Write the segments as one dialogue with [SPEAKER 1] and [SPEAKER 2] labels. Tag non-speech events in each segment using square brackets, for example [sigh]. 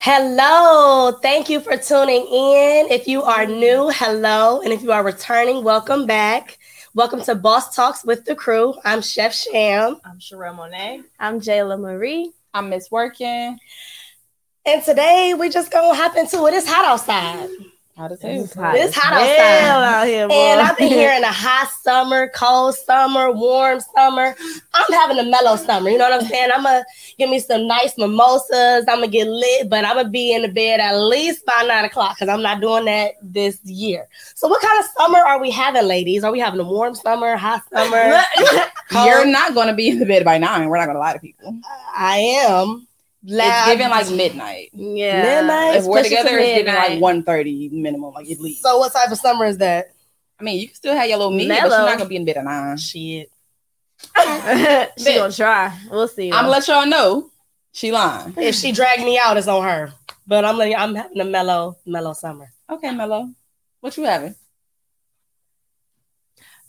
[SPEAKER 1] Hello, thank you for tuning in. If you are new, hello. And if you are returning, welcome back. Welcome to Boss Talks with the Crew. I'm Chef Sham.
[SPEAKER 2] I'm Sherelle Monet.
[SPEAKER 3] I'm Jayla Marie.
[SPEAKER 4] I'm Miss Working.
[SPEAKER 1] And today we just gonna hop into it. It's hot outside.
[SPEAKER 4] Hot as
[SPEAKER 1] It's
[SPEAKER 4] hell.
[SPEAKER 1] hot,
[SPEAKER 3] Hell
[SPEAKER 1] outside.
[SPEAKER 3] out here, boy.
[SPEAKER 1] And I've been hearing a hot summer, cold summer, warm summer. I'm having a mellow summer. You know what I'm saying? I'm gonna give me some nice mimosas. I'm gonna get lit, but I'm gonna be in the bed at least by nine o'clock because I'm not doing that this year. So, what kind of summer are we having, ladies? Are we having a warm summer, hot
[SPEAKER 4] [laughs]
[SPEAKER 1] summer?
[SPEAKER 4] [laughs] You're not gonna be in the bed by nine. We're not gonna lie to people.
[SPEAKER 1] I am.
[SPEAKER 4] It's given like midnight.
[SPEAKER 3] yeah.
[SPEAKER 1] Midnight.
[SPEAKER 4] If we're
[SPEAKER 3] pushing
[SPEAKER 4] together,
[SPEAKER 3] to
[SPEAKER 4] it's given like
[SPEAKER 3] midnight.
[SPEAKER 4] one thirty minimum, like at least.
[SPEAKER 1] So, what type of summer is that?
[SPEAKER 4] I mean, you can still have your little meeting, but you're
[SPEAKER 3] Mellow.
[SPEAKER 4] not gonna be in bed at nine.
[SPEAKER 1] Shit.
[SPEAKER 3] she gonna try. We'll see.
[SPEAKER 4] I'm gonna let y'all know she lying.
[SPEAKER 1] If she dragged me out, it's on her. But I'm letting- I'm having a mellow, mellow summer.
[SPEAKER 4] Okay, Mello, what you having?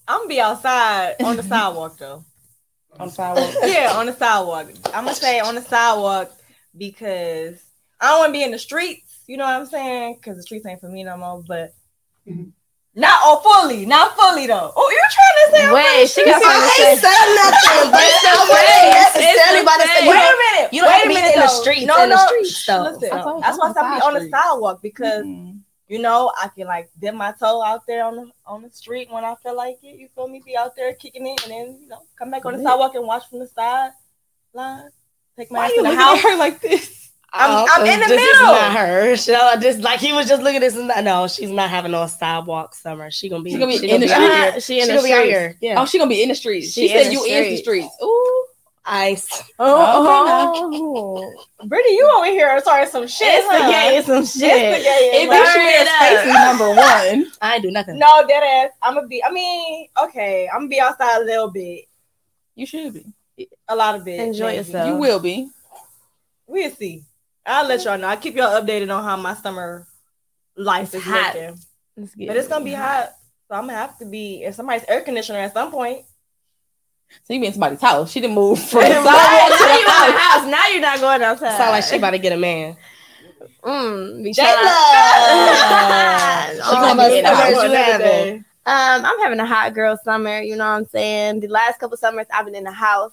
[SPEAKER 2] I'm gonna be outside on the sidewalk though.
[SPEAKER 4] On the sidewalk.
[SPEAKER 2] Yeah, on the sidewalk. I'm gonna say on the sidewalk because I don't want to be in the streets. You know what I'm saying? Because the streets ain't for me no more. But
[SPEAKER 4] Mhm.
[SPEAKER 2] not all fully, not fully though. Oh, you're trying to say? I'm
[SPEAKER 3] [laughs] Wait, she got
[SPEAKER 2] not-
[SPEAKER 3] something
[SPEAKER 1] I ain't said nothing, but
[SPEAKER 2] It's
[SPEAKER 1] I
[SPEAKER 2] the
[SPEAKER 1] wasn't
[SPEAKER 2] face.
[SPEAKER 1] necessarily
[SPEAKER 2] It's
[SPEAKER 1] about to
[SPEAKER 2] the
[SPEAKER 1] say
[SPEAKER 2] face.
[SPEAKER 1] you
[SPEAKER 2] Wait
[SPEAKER 1] don't-
[SPEAKER 2] a minute.
[SPEAKER 1] you don't
[SPEAKER 2] wait
[SPEAKER 1] have
[SPEAKER 2] a
[SPEAKER 1] to be
[SPEAKER 2] minute,
[SPEAKER 1] in the
[SPEAKER 2] though.
[SPEAKER 1] streets,
[SPEAKER 2] No,
[SPEAKER 1] in the
[SPEAKER 2] no.
[SPEAKER 1] streets,
[SPEAKER 2] Shh,
[SPEAKER 1] though.
[SPEAKER 2] Listen,
[SPEAKER 4] I told
[SPEAKER 2] that's
[SPEAKER 4] you,
[SPEAKER 2] why I
[SPEAKER 4] I'm
[SPEAKER 2] said I be
[SPEAKER 4] side
[SPEAKER 2] on the
[SPEAKER 4] street.
[SPEAKER 2] sidewalk because
[SPEAKER 4] Mm.
[SPEAKER 2] you know I can like dip my toe out there on the on the street when I feel like it. You feel me? Be out there kicking it, and then you know come back on the
[SPEAKER 4] Lit.
[SPEAKER 2] sidewalk and watch from the side line. Take my
[SPEAKER 4] Why
[SPEAKER 2] ass
[SPEAKER 4] you
[SPEAKER 2] to the
[SPEAKER 4] looking
[SPEAKER 2] house.
[SPEAKER 4] at her like this?
[SPEAKER 2] I'm- I'm in the
[SPEAKER 1] Oh, uh, this Is
[SPEAKER 2] middle.
[SPEAKER 1] not her. She, uh, just like he was just looking at this. and that- No, she's not having no sidewalk summer. She gonna be.
[SPEAKER 4] She gonna be in the
[SPEAKER 1] out
[SPEAKER 4] street.
[SPEAKER 1] here.
[SPEAKER 3] She in
[SPEAKER 1] she
[SPEAKER 3] the
[SPEAKER 1] gonna be out
[SPEAKER 3] streets.
[SPEAKER 1] here. Yeah.
[SPEAKER 4] Oh, she gonna be in the streets. She,
[SPEAKER 3] She in
[SPEAKER 4] said
[SPEAKER 3] the
[SPEAKER 4] you in the
[SPEAKER 3] streets.
[SPEAKER 4] streets. Ooh,
[SPEAKER 1] Ice.
[SPEAKER 3] Oh,
[SPEAKER 2] Brittany, you over here are sorry some shit.
[SPEAKER 3] it's
[SPEAKER 2] huh?
[SPEAKER 3] the gay, some
[SPEAKER 2] It's the
[SPEAKER 3] shit.
[SPEAKER 2] gay.
[SPEAKER 4] it
[SPEAKER 3] Turn
[SPEAKER 4] makes you
[SPEAKER 3] it up.
[SPEAKER 4] space is number one.
[SPEAKER 1] I ain't do nothing.
[SPEAKER 2] no, dead ass. I'm gonna be. I mean, okay, I'm gonna be outside a little bit,
[SPEAKER 4] You should be.
[SPEAKER 2] a lot of bit.
[SPEAKER 3] Enjoy
[SPEAKER 2] maybe.
[SPEAKER 3] yourself.
[SPEAKER 4] You will be.
[SPEAKER 2] We'll see. I'll let y'all know. I'll keep y'all updated on how my summer life is
[SPEAKER 3] It's hot.
[SPEAKER 2] looking.
[SPEAKER 3] It's
[SPEAKER 2] But it's gonna be hot, so I'm gonna have to be in somebody's air conditioner at some point.
[SPEAKER 4] So you be in somebody's house. She didn't move from the
[SPEAKER 3] [laughs] Right,
[SPEAKER 4] sidewalk to
[SPEAKER 3] now
[SPEAKER 4] the
[SPEAKER 3] you in the
[SPEAKER 4] house.
[SPEAKER 3] house. Now you're not going outside.
[SPEAKER 1] Sound like she about to get a man.
[SPEAKER 3] Mm, be trying-
[SPEAKER 2] [laughs]
[SPEAKER 3] [laughs]
[SPEAKER 1] Jayla.
[SPEAKER 3] She
[SPEAKER 1] All
[SPEAKER 3] gonna
[SPEAKER 1] about
[SPEAKER 3] be in the
[SPEAKER 1] summers
[SPEAKER 3] house
[SPEAKER 1] you having.
[SPEAKER 3] Um, I'm having a hot girl summer. You know what I'm saying? The last couple summers, I've been in the house,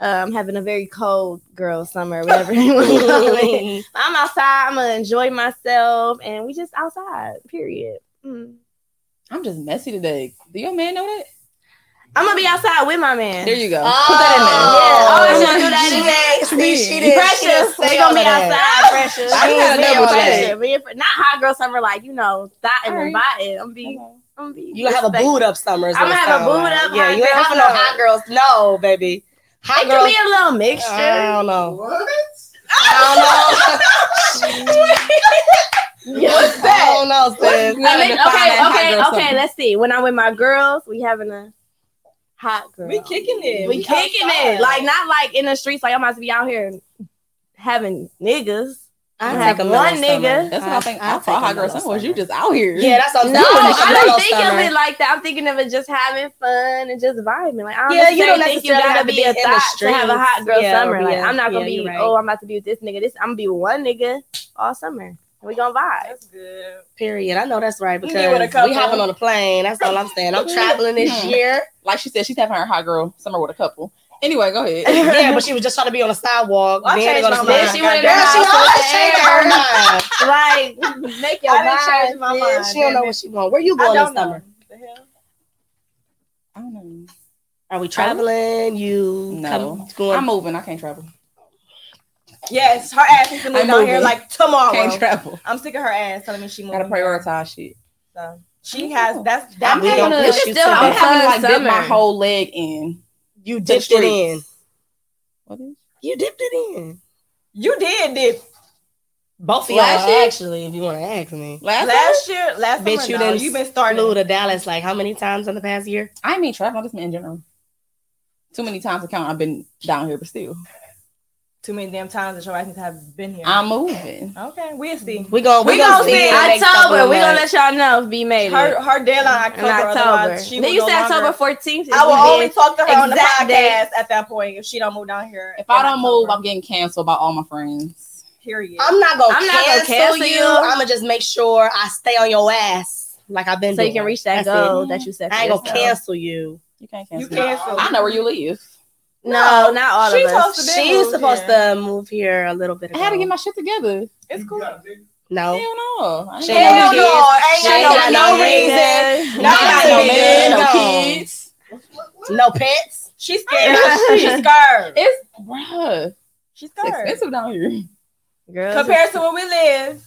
[SPEAKER 3] um, having a very cold girl summer, whatever you want to call [laughs] it. I'm outside. I'm gonna enjoy myself, and we just outside. Period. Mm.
[SPEAKER 4] I'm just messy today. Do your man know that?
[SPEAKER 3] I'm gonna be outside with my man.
[SPEAKER 4] There you go. Put
[SPEAKER 1] Oh,
[SPEAKER 4] that in
[SPEAKER 3] Yeah. Oh,
[SPEAKER 4] there.
[SPEAKER 3] she do that
[SPEAKER 1] she
[SPEAKER 4] [laughs]
[SPEAKER 3] in
[SPEAKER 1] ain't- See, she didn't. she
[SPEAKER 3] Precious,
[SPEAKER 1] didn't
[SPEAKER 3] we
[SPEAKER 1] say
[SPEAKER 3] gonna
[SPEAKER 1] all
[SPEAKER 3] be
[SPEAKER 1] of that.
[SPEAKER 3] outside. Precious,
[SPEAKER 1] I
[SPEAKER 3] We
[SPEAKER 1] gotta
[SPEAKER 3] gonna be
[SPEAKER 1] double check.
[SPEAKER 3] outside. We in- not hot girl summer like you know, dotting and
[SPEAKER 4] Alright.
[SPEAKER 3] biting. I'm be, I'm be.
[SPEAKER 1] You gonna have a
[SPEAKER 3] respectful.
[SPEAKER 1] boot up summer. is what
[SPEAKER 3] I'ma
[SPEAKER 1] it
[SPEAKER 3] have a
[SPEAKER 1] sound
[SPEAKER 3] boot
[SPEAKER 1] like.
[SPEAKER 3] up,
[SPEAKER 1] Yeah,
[SPEAKER 3] hot
[SPEAKER 1] you ain't
[SPEAKER 3] girl
[SPEAKER 1] having no
[SPEAKER 3] summer.
[SPEAKER 1] hot girls. No, baby. Hot
[SPEAKER 3] It can
[SPEAKER 1] girls.
[SPEAKER 3] be a little
[SPEAKER 1] I
[SPEAKER 3] [laughs] mixture.
[SPEAKER 1] don't know.
[SPEAKER 4] What?
[SPEAKER 1] I don't know.
[SPEAKER 3] What's
[SPEAKER 1] I don't
[SPEAKER 4] [laughs]
[SPEAKER 1] know, sis.
[SPEAKER 4] We gotta
[SPEAKER 3] I mean,
[SPEAKER 4] define that hot
[SPEAKER 3] okay,
[SPEAKER 4] girl
[SPEAKER 3] okay, okay.
[SPEAKER 4] summer.
[SPEAKER 3] Let's see. When I'm with my girls, we having a hot [laughs] girl.
[SPEAKER 2] We kicking it.
[SPEAKER 3] We kicking it.
[SPEAKER 2] outside.
[SPEAKER 3] Like not like in the streets. Like I'm about to be out here having niggas.
[SPEAKER 1] I
[SPEAKER 3] I'll take a
[SPEAKER 1] mellow
[SPEAKER 3] one nigga.
[SPEAKER 1] summer.
[SPEAKER 4] That's what I think. I
[SPEAKER 1] I'll
[SPEAKER 4] thought
[SPEAKER 1] take a
[SPEAKER 4] hot girl
[SPEAKER 1] mellow
[SPEAKER 4] summer was you
[SPEAKER 1] summer.
[SPEAKER 4] just out here.
[SPEAKER 1] Yeah, that's what I'm
[SPEAKER 3] No,
[SPEAKER 1] saying. You
[SPEAKER 3] I
[SPEAKER 1] want a mellow
[SPEAKER 3] don't think of
[SPEAKER 1] summer.
[SPEAKER 3] it like that. I'm thinking of it just having fun and just vibing. Like I don't
[SPEAKER 1] Yeah, you don't
[SPEAKER 3] think you
[SPEAKER 1] necessarily have
[SPEAKER 3] gotta
[SPEAKER 1] to
[SPEAKER 3] be
[SPEAKER 1] be
[SPEAKER 3] a
[SPEAKER 1] in the
[SPEAKER 3] thought to have a hot girl
[SPEAKER 1] streets.
[SPEAKER 3] summer.
[SPEAKER 1] Yeah,
[SPEAKER 3] Like
[SPEAKER 1] yeah,
[SPEAKER 3] I'm not gonna
[SPEAKER 1] yeah,
[SPEAKER 3] be.
[SPEAKER 1] you're right.
[SPEAKER 3] Oh, I'm about to be with this nigga. This I'm gonna be with one nigga all summer. And we gonna vibe.
[SPEAKER 2] That's good.
[SPEAKER 1] Period. I know that's right
[SPEAKER 2] You
[SPEAKER 1] because
[SPEAKER 2] get with a
[SPEAKER 1] we
[SPEAKER 2] couple.
[SPEAKER 1] hopping on a plane. That's all I'm saying. I'm traveling this
[SPEAKER 4] Mhm.
[SPEAKER 1] year.
[SPEAKER 4] Like she said, she's having her hot girl summer with a couple. Anyway, go ahead.
[SPEAKER 3] [laughs]
[SPEAKER 1] Yeah, but she was just trying to be on the sidewalk.
[SPEAKER 2] Well, I
[SPEAKER 1] Then
[SPEAKER 2] changed
[SPEAKER 1] they gonna
[SPEAKER 2] my
[SPEAKER 1] smile.
[SPEAKER 2] mind.
[SPEAKER 3] Then she went in the
[SPEAKER 1] Girl,
[SPEAKER 3] house
[SPEAKER 1] she always
[SPEAKER 3] with
[SPEAKER 1] changing
[SPEAKER 3] her.
[SPEAKER 1] her mind.
[SPEAKER 3] [laughs] Like make your
[SPEAKER 2] I done
[SPEAKER 3] mind.
[SPEAKER 2] changed my
[SPEAKER 3] sis.
[SPEAKER 2] mind.
[SPEAKER 1] She don't know what she want. Where you
[SPEAKER 2] I
[SPEAKER 1] going this
[SPEAKER 2] don't know.
[SPEAKER 1] summer?
[SPEAKER 2] The hell?
[SPEAKER 4] I don't know.
[SPEAKER 1] Are we traveling? You
[SPEAKER 4] No.
[SPEAKER 1] come-
[SPEAKER 4] I'm
[SPEAKER 1] going?
[SPEAKER 4] moving. I can't travel.
[SPEAKER 2] Yes, her ass is
[SPEAKER 4] I'm
[SPEAKER 2] moving out here
[SPEAKER 4] moving.
[SPEAKER 2] like
[SPEAKER 3] Oh,
[SPEAKER 2] tomorrow.
[SPEAKER 4] Can't travel.
[SPEAKER 2] I'm sick of her ass telling me she moving.
[SPEAKER 4] Gotta prioritize shit.
[SPEAKER 2] So she has that's
[SPEAKER 1] I'm
[SPEAKER 2] that.
[SPEAKER 1] We
[SPEAKER 4] having
[SPEAKER 1] gonna
[SPEAKER 4] a-
[SPEAKER 1] push
[SPEAKER 3] you
[SPEAKER 1] you
[SPEAKER 3] still
[SPEAKER 1] to
[SPEAKER 4] I'm
[SPEAKER 3] Oh, have
[SPEAKER 1] this.
[SPEAKER 4] having like dip
[SPEAKER 3] summer.
[SPEAKER 4] my whole leg in.
[SPEAKER 1] You
[SPEAKER 4] the
[SPEAKER 1] dipped it
[SPEAKER 4] streets.
[SPEAKER 1] in.
[SPEAKER 4] What is?
[SPEAKER 1] You dipped it in.
[SPEAKER 2] You did this
[SPEAKER 1] Both of y'all,
[SPEAKER 4] Last year?
[SPEAKER 1] actually, if you want to ask me.
[SPEAKER 4] Last,
[SPEAKER 2] last year. Last
[SPEAKER 1] Bitch,
[SPEAKER 2] summer,
[SPEAKER 1] you
[SPEAKER 2] no,
[SPEAKER 1] done
[SPEAKER 2] you been
[SPEAKER 1] flew
[SPEAKER 2] starting.
[SPEAKER 1] to Dallas like how many times in the past year?
[SPEAKER 4] I mean travel. I just mean in general. Too many times to count. I've been down here, but still,
[SPEAKER 2] Too many damn times that your ass needs to have been here.
[SPEAKER 4] I'm moving.
[SPEAKER 2] okay, we'll see.
[SPEAKER 1] We gon' we,
[SPEAKER 2] We
[SPEAKER 1] gon'
[SPEAKER 2] gonna
[SPEAKER 1] see.
[SPEAKER 2] see.
[SPEAKER 1] in the next couple
[SPEAKER 3] October.
[SPEAKER 1] of
[SPEAKER 3] We're gonna
[SPEAKER 1] months.
[SPEAKER 3] let y'all know if B made it.
[SPEAKER 2] Her her deadline
[SPEAKER 3] in
[SPEAKER 2] October.
[SPEAKER 3] October.
[SPEAKER 2] Otherwise, she
[SPEAKER 3] Then
[SPEAKER 2] will
[SPEAKER 3] you
[SPEAKER 2] no
[SPEAKER 3] said
[SPEAKER 2] longer-
[SPEAKER 3] October 14th.
[SPEAKER 2] I will only talk to her on the
[SPEAKER 3] Exact
[SPEAKER 2] podcast
[SPEAKER 3] date.
[SPEAKER 2] at that point if she don't move down here.
[SPEAKER 4] If I
[SPEAKER 2] in
[SPEAKER 4] don't move,
[SPEAKER 2] October.
[SPEAKER 4] I'm getting canceled by all my friends.
[SPEAKER 2] Period.
[SPEAKER 1] I'm not gonna,
[SPEAKER 3] I'm not
[SPEAKER 1] cancel,
[SPEAKER 3] gonna cancel
[SPEAKER 1] you.
[SPEAKER 3] you.
[SPEAKER 1] I'm gonna just make sure I stay on your ass like I've been.
[SPEAKER 3] so you
[SPEAKER 1] doing.
[SPEAKER 3] can reach that
[SPEAKER 1] That's it.
[SPEAKER 3] goal that you set. for
[SPEAKER 1] I ain't gonna
[SPEAKER 3] yourself.
[SPEAKER 1] cancel you.
[SPEAKER 4] You can't
[SPEAKER 2] you
[SPEAKER 4] cancel.
[SPEAKER 2] cancel.
[SPEAKER 4] I know where you live.
[SPEAKER 3] No, not all
[SPEAKER 2] She
[SPEAKER 3] of us.
[SPEAKER 2] told- Supposed to be
[SPEAKER 1] She's
[SPEAKER 2] moved
[SPEAKER 1] supposed
[SPEAKER 2] here.
[SPEAKER 1] to move here a little bit.
[SPEAKER 4] I
[SPEAKER 1] Ago.
[SPEAKER 4] had to get my shit together.
[SPEAKER 2] It's cool.
[SPEAKER 4] Hell
[SPEAKER 1] no.
[SPEAKER 4] no. I ain't
[SPEAKER 1] She
[SPEAKER 4] got
[SPEAKER 2] Hell
[SPEAKER 1] ain't
[SPEAKER 4] no
[SPEAKER 2] no, ain't
[SPEAKER 1] She ain't
[SPEAKER 2] got no,
[SPEAKER 1] no
[SPEAKER 2] reason.
[SPEAKER 4] kids.
[SPEAKER 2] no,
[SPEAKER 4] I ain't got
[SPEAKER 2] no,
[SPEAKER 4] no man,
[SPEAKER 1] no.
[SPEAKER 4] no kids.
[SPEAKER 1] No pets.
[SPEAKER 2] She's scared.
[SPEAKER 4] Yeah.
[SPEAKER 2] She's scared.
[SPEAKER 4] It's bruh.
[SPEAKER 2] She's
[SPEAKER 4] It's
[SPEAKER 2] scared.
[SPEAKER 4] expensive down here.
[SPEAKER 3] Girls,
[SPEAKER 2] Compared to where we live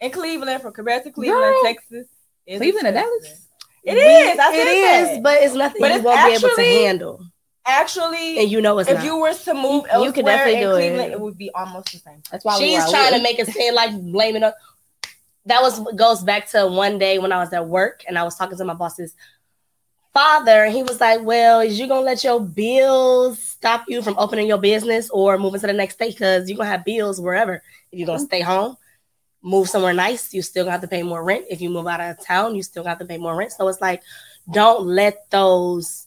[SPEAKER 2] in Cleveland, from compared to Cleveland,
[SPEAKER 4] Girl.
[SPEAKER 2] Texas. it's
[SPEAKER 4] Cleveland and
[SPEAKER 2] expensive.
[SPEAKER 4] Dallas.
[SPEAKER 2] It is. I
[SPEAKER 1] it
[SPEAKER 2] said
[SPEAKER 1] is,
[SPEAKER 2] that.
[SPEAKER 1] but it's nothing
[SPEAKER 2] But
[SPEAKER 1] you
[SPEAKER 2] it's
[SPEAKER 1] won't be able to
[SPEAKER 2] actually-
[SPEAKER 1] handle.
[SPEAKER 2] actually,
[SPEAKER 1] And you know it's
[SPEAKER 2] if
[SPEAKER 1] not.
[SPEAKER 2] you were to move elsewhere
[SPEAKER 3] You could definitely
[SPEAKER 2] in
[SPEAKER 3] do it.
[SPEAKER 2] Cleveland, it. would be almost the same.
[SPEAKER 4] That's why we
[SPEAKER 1] She's
[SPEAKER 4] where I
[SPEAKER 1] trying to
[SPEAKER 4] live.
[SPEAKER 1] make it seem like blaming us. That was goes back to one day when I was at work and I was talking to my boss's father, and he was like, "Well, is you gonna let your bills stop you from opening your business or moving to the next state? Because you're gonna have bills wherever. If you're gonna stay home, move somewhere nice, you still gonna have to pay more rent. If you move out of town, you still gonna have to pay more rent. So it's like, don't let those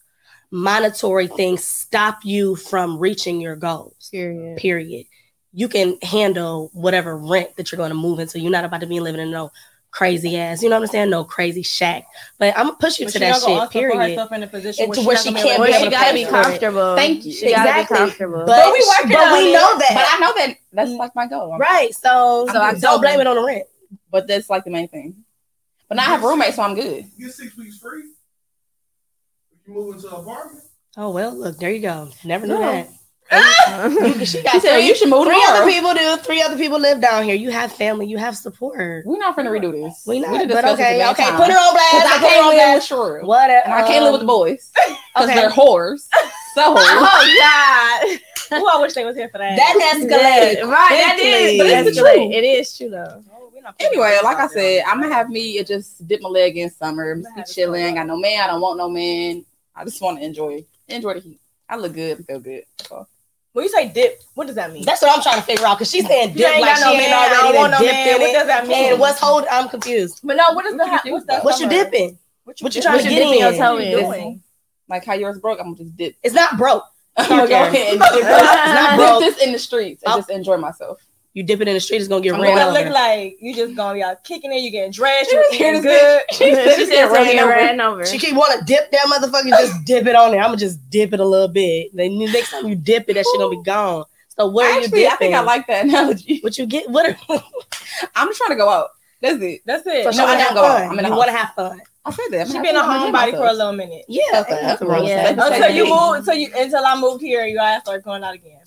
[SPEAKER 1] monetary things stop you from reaching your goals
[SPEAKER 3] period.
[SPEAKER 1] period. You can handle whatever rent that you're going to move into. You're not about to be living in no crazy ass, you know what I'm saying? No crazy shack. But I'm gonna push you
[SPEAKER 2] But
[SPEAKER 1] to
[SPEAKER 2] she not
[SPEAKER 1] that
[SPEAKER 2] gonna
[SPEAKER 1] shit,
[SPEAKER 2] also put
[SPEAKER 1] period.
[SPEAKER 2] herself in a position
[SPEAKER 1] And to where
[SPEAKER 2] not
[SPEAKER 1] she
[SPEAKER 2] gonna be
[SPEAKER 1] can't
[SPEAKER 2] able
[SPEAKER 1] be
[SPEAKER 2] to
[SPEAKER 1] able
[SPEAKER 3] Well, she
[SPEAKER 1] to
[SPEAKER 3] gotta
[SPEAKER 1] pay
[SPEAKER 3] be
[SPEAKER 1] for it.
[SPEAKER 3] comfortable.
[SPEAKER 4] Thank you.
[SPEAKER 3] She gotta
[SPEAKER 1] Exactly.
[SPEAKER 3] be comfortable.
[SPEAKER 1] But,
[SPEAKER 2] But we working
[SPEAKER 1] but
[SPEAKER 2] on
[SPEAKER 1] we
[SPEAKER 2] it.
[SPEAKER 1] know that.
[SPEAKER 4] But I know that that's like my goal.
[SPEAKER 1] right. So,
[SPEAKER 4] So I
[SPEAKER 1] don't
[SPEAKER 4] told
[SPEAKER 1] blame
[SPEAKER 4] her.
[SPEAKER 1] it on the rent.
[SPEAKER 4] But that's like the main thing. But now I have roommates, so I'm good.
[SPEAKER 5] You get six weeks free. If you move into an apartment,
[SPEAKER 1] Oh well, look, there you go. Never
[SPEAKER 4] No.
[SPEAKER 1] knew that.
[SPEAKER 4] She said "Oh, you should move
[SPEAKER 1] Three other
[SPEAKER 4] tomorrow.
[SPEAKER 1] people do. Three other people live down here. You have family. You have support.
[SPEAKER 4] We're not finna redo this.
[SPEAKER 1] We
[SPEAKER 4] done
[SPEAKER 1] not, but
[SPEAKER 4] discussed it
[SPEAKER 1] okay,
[SPEAKER 4] many
[SPEAKER 1] okay.
[SPEAKER 4] times.
[SPEAKER 1] Put her on
[SPEAKER 4] Because
[SPEAKER 1] blast.
[SPEAKER 4] I
[SPEAKER 1] Put her
[SPEAKER 4] can't
[SPEAKER 1] on
[SPEAKER 4] live
[SPEAKER 1] blast.
[SPEAKER 4] with Shrew.
[SPEAKER 1] Whatever.
[SPEAKER 4] And I can't live with the boys. Because
[SPEAKER 1] Okay.
[SPEAKER 4] they're whores. So whores.
[SPEAKER 2] [laughs]
[SPEAKER 3] Oh God.
[SPEAKER 2] Ooh, I wish they was here for that.
[SPEAKER 1] That escalated.
[SPEAKER 3] Yeah, right, that is. But it's the
[SPEAKER 4] Escalate.
[SPEAKER 3] truth. It is true though.
[SPEAKER 2] Oh, we not putting
[SPEAKER 4] [laughs] Anyway,
[SPEAKER 2] this
[SPEAKER 4] like I
[SPEAKER 2] out there.
[SPEAKER 4] said, I'm gonna have me just dip my leg in summer. I'm
[SPEAKER 2] I'ma have it
[SPEAKER 4] just chilling.
[SPEAKER 2] so
[SPEAKER 4] Ain't got no man. I don't want no man. I just want to enjoy, enjoy the heat. I look good. I feel good. So,
[SPEAKER 2] When you say dip, what does that mean?
[SPEAKER 1] That's what I'm trying to figure out because she's saying
[SPEAKER 2] You
[SPEAKER 1] dip
[SPEAKER 2] ain't
[SPEAKER 1] like
[SPEAKER 2] got
[SPEAKER 1] she
[SPEAKER 2] no
[SPEAKER 1] ain't
[SPEAKER 2] man, I don't
[SPEAKER 1] already
[SPEAKER 2] want no
[SPEAKER 1] done dipped
[SPEAKER 2] man.
[SPEAKER 1] in
[SPEAKER 2] What
[SPEAKER 1] it.
[SPEAKER 2] does that mean?
[SPEAKER 1] And what's hold? I'm confused.
[SPEAKER 2] but no, what is
[SPEAKER 4] What
[SPEAKER 2] the
[SPEAKER 4] you
[SPEAKER 2] hot-
[SPEAKER 4] confused
[SPEAKER 2] what's that?
[SPEAKER 4] about?
[SPEAKER 1] What you
[SPEAKER 2] summer?
[SPEAKER 1] dipping?
[SPEAKER 2] What you,
[SPEAKER 1] What you
[SPEAKER 2] trying
[SPEAKER 1] trying to
[SPEAKER 3] What you
[SPEAKER 1] get
[SPEAKER 3] dipping your
[SPEAKER 1] in?
[SPEAKER 3] toe
[SPEAKER 2] What
[SPEAKER 3] in?
[SPEAKER 2] you
[SPEAKER 4] this-
[SPEAKER 2] doing?
[SPEAKER 4] like how yours broke, I'm gonna just dip.
[SPEAKER 1] It's not broke.
[SPEAKER 4] [laughs]
[SPEAKER 1] [laughs]
[SPEAKER 4] Go
[SPEAKER 1] Okay.
[SPEAKER 4] ahead
[SPEAKER 1] [laughs]
[SPEAKER 4] and dip.
[SPEAKER 1] not broke.
[SPEAKER 4] Dip this in the streets and
[SPEAKER 1] I'll-
[SPEAKER 4] just enjoy myself.
[SPEAKER 1] You dip it in the street, it's gonna get
[SPEAKER 2] I'm
[SPEAKER 1] ran
[SPEAKER 2] gonna look
[SPEAKER 1] over.
[SPEAKER 2] like you just gonna be out kicking it, you getting dressed, you
[SPEAKER 4] Here
[SPEAKER 2] eating
[SPEAKER 4] this
[SPEAKER 2] good.
[SPEAKER 4] [laughs] She said
[SPEAKER 3] [laughs]
[SPEAKER 4] she
[SPEAKER 3] she
[SPEAKER 4] said
[SPEAKER 3] said
[SPEAKER 4] ran
[SPEAKER 3] ran,
[SPEAKER 4] over.
[SPEAKER 3] ran over.
[SPEAKER 1] She keep want to dip that motherfucker. [laughs] Just dip it on there. I'ma just dip it a little bit. Then the next time you dip it, that shit gonna be gone. So what are
[SPEAKER 4] Actually,
[SPEAKER 1] you dipping?
[SPEAKER 4] I think I like that [laughs] analogy.
[SPEAKER 1] what you get. What? Are,
[SPEAKER 4] I'm just trying to go out. That's it.
[SPEAKER 2] That's it.
[SPEAKER 1] so
[SPEAKER 4] No,
[SPEAKER 1] she wanna
[SPEAKER 4] I
[SPEAKER 1] have
[SPEAKER 4] don't go out.
[SPEAKER 1] fun.
[SPEAKER 4] I'm in the
[SPEAKER 1] you
[SPEAKER 4] house.
[SPEAKER 1] want to have fun.
[SPEAKER 4] I said that.
[SPEAKER 2] She been a homebody for a little minute.
[SPEAKER 1] Yeah.
[SPEAKER 4] Okay,
[SPEAKER 1] ain't
[SPEAKER 4] that's
[SPEAKER 1] nothing wrong with
[SPEAKER 3] yeah.
[SPEAKER 1] that.
[SPEAKER 2] Until you
[SPEAKER 4] Okay.
[SPEAKER 2] move, until you until I moved here, you guys start going out again.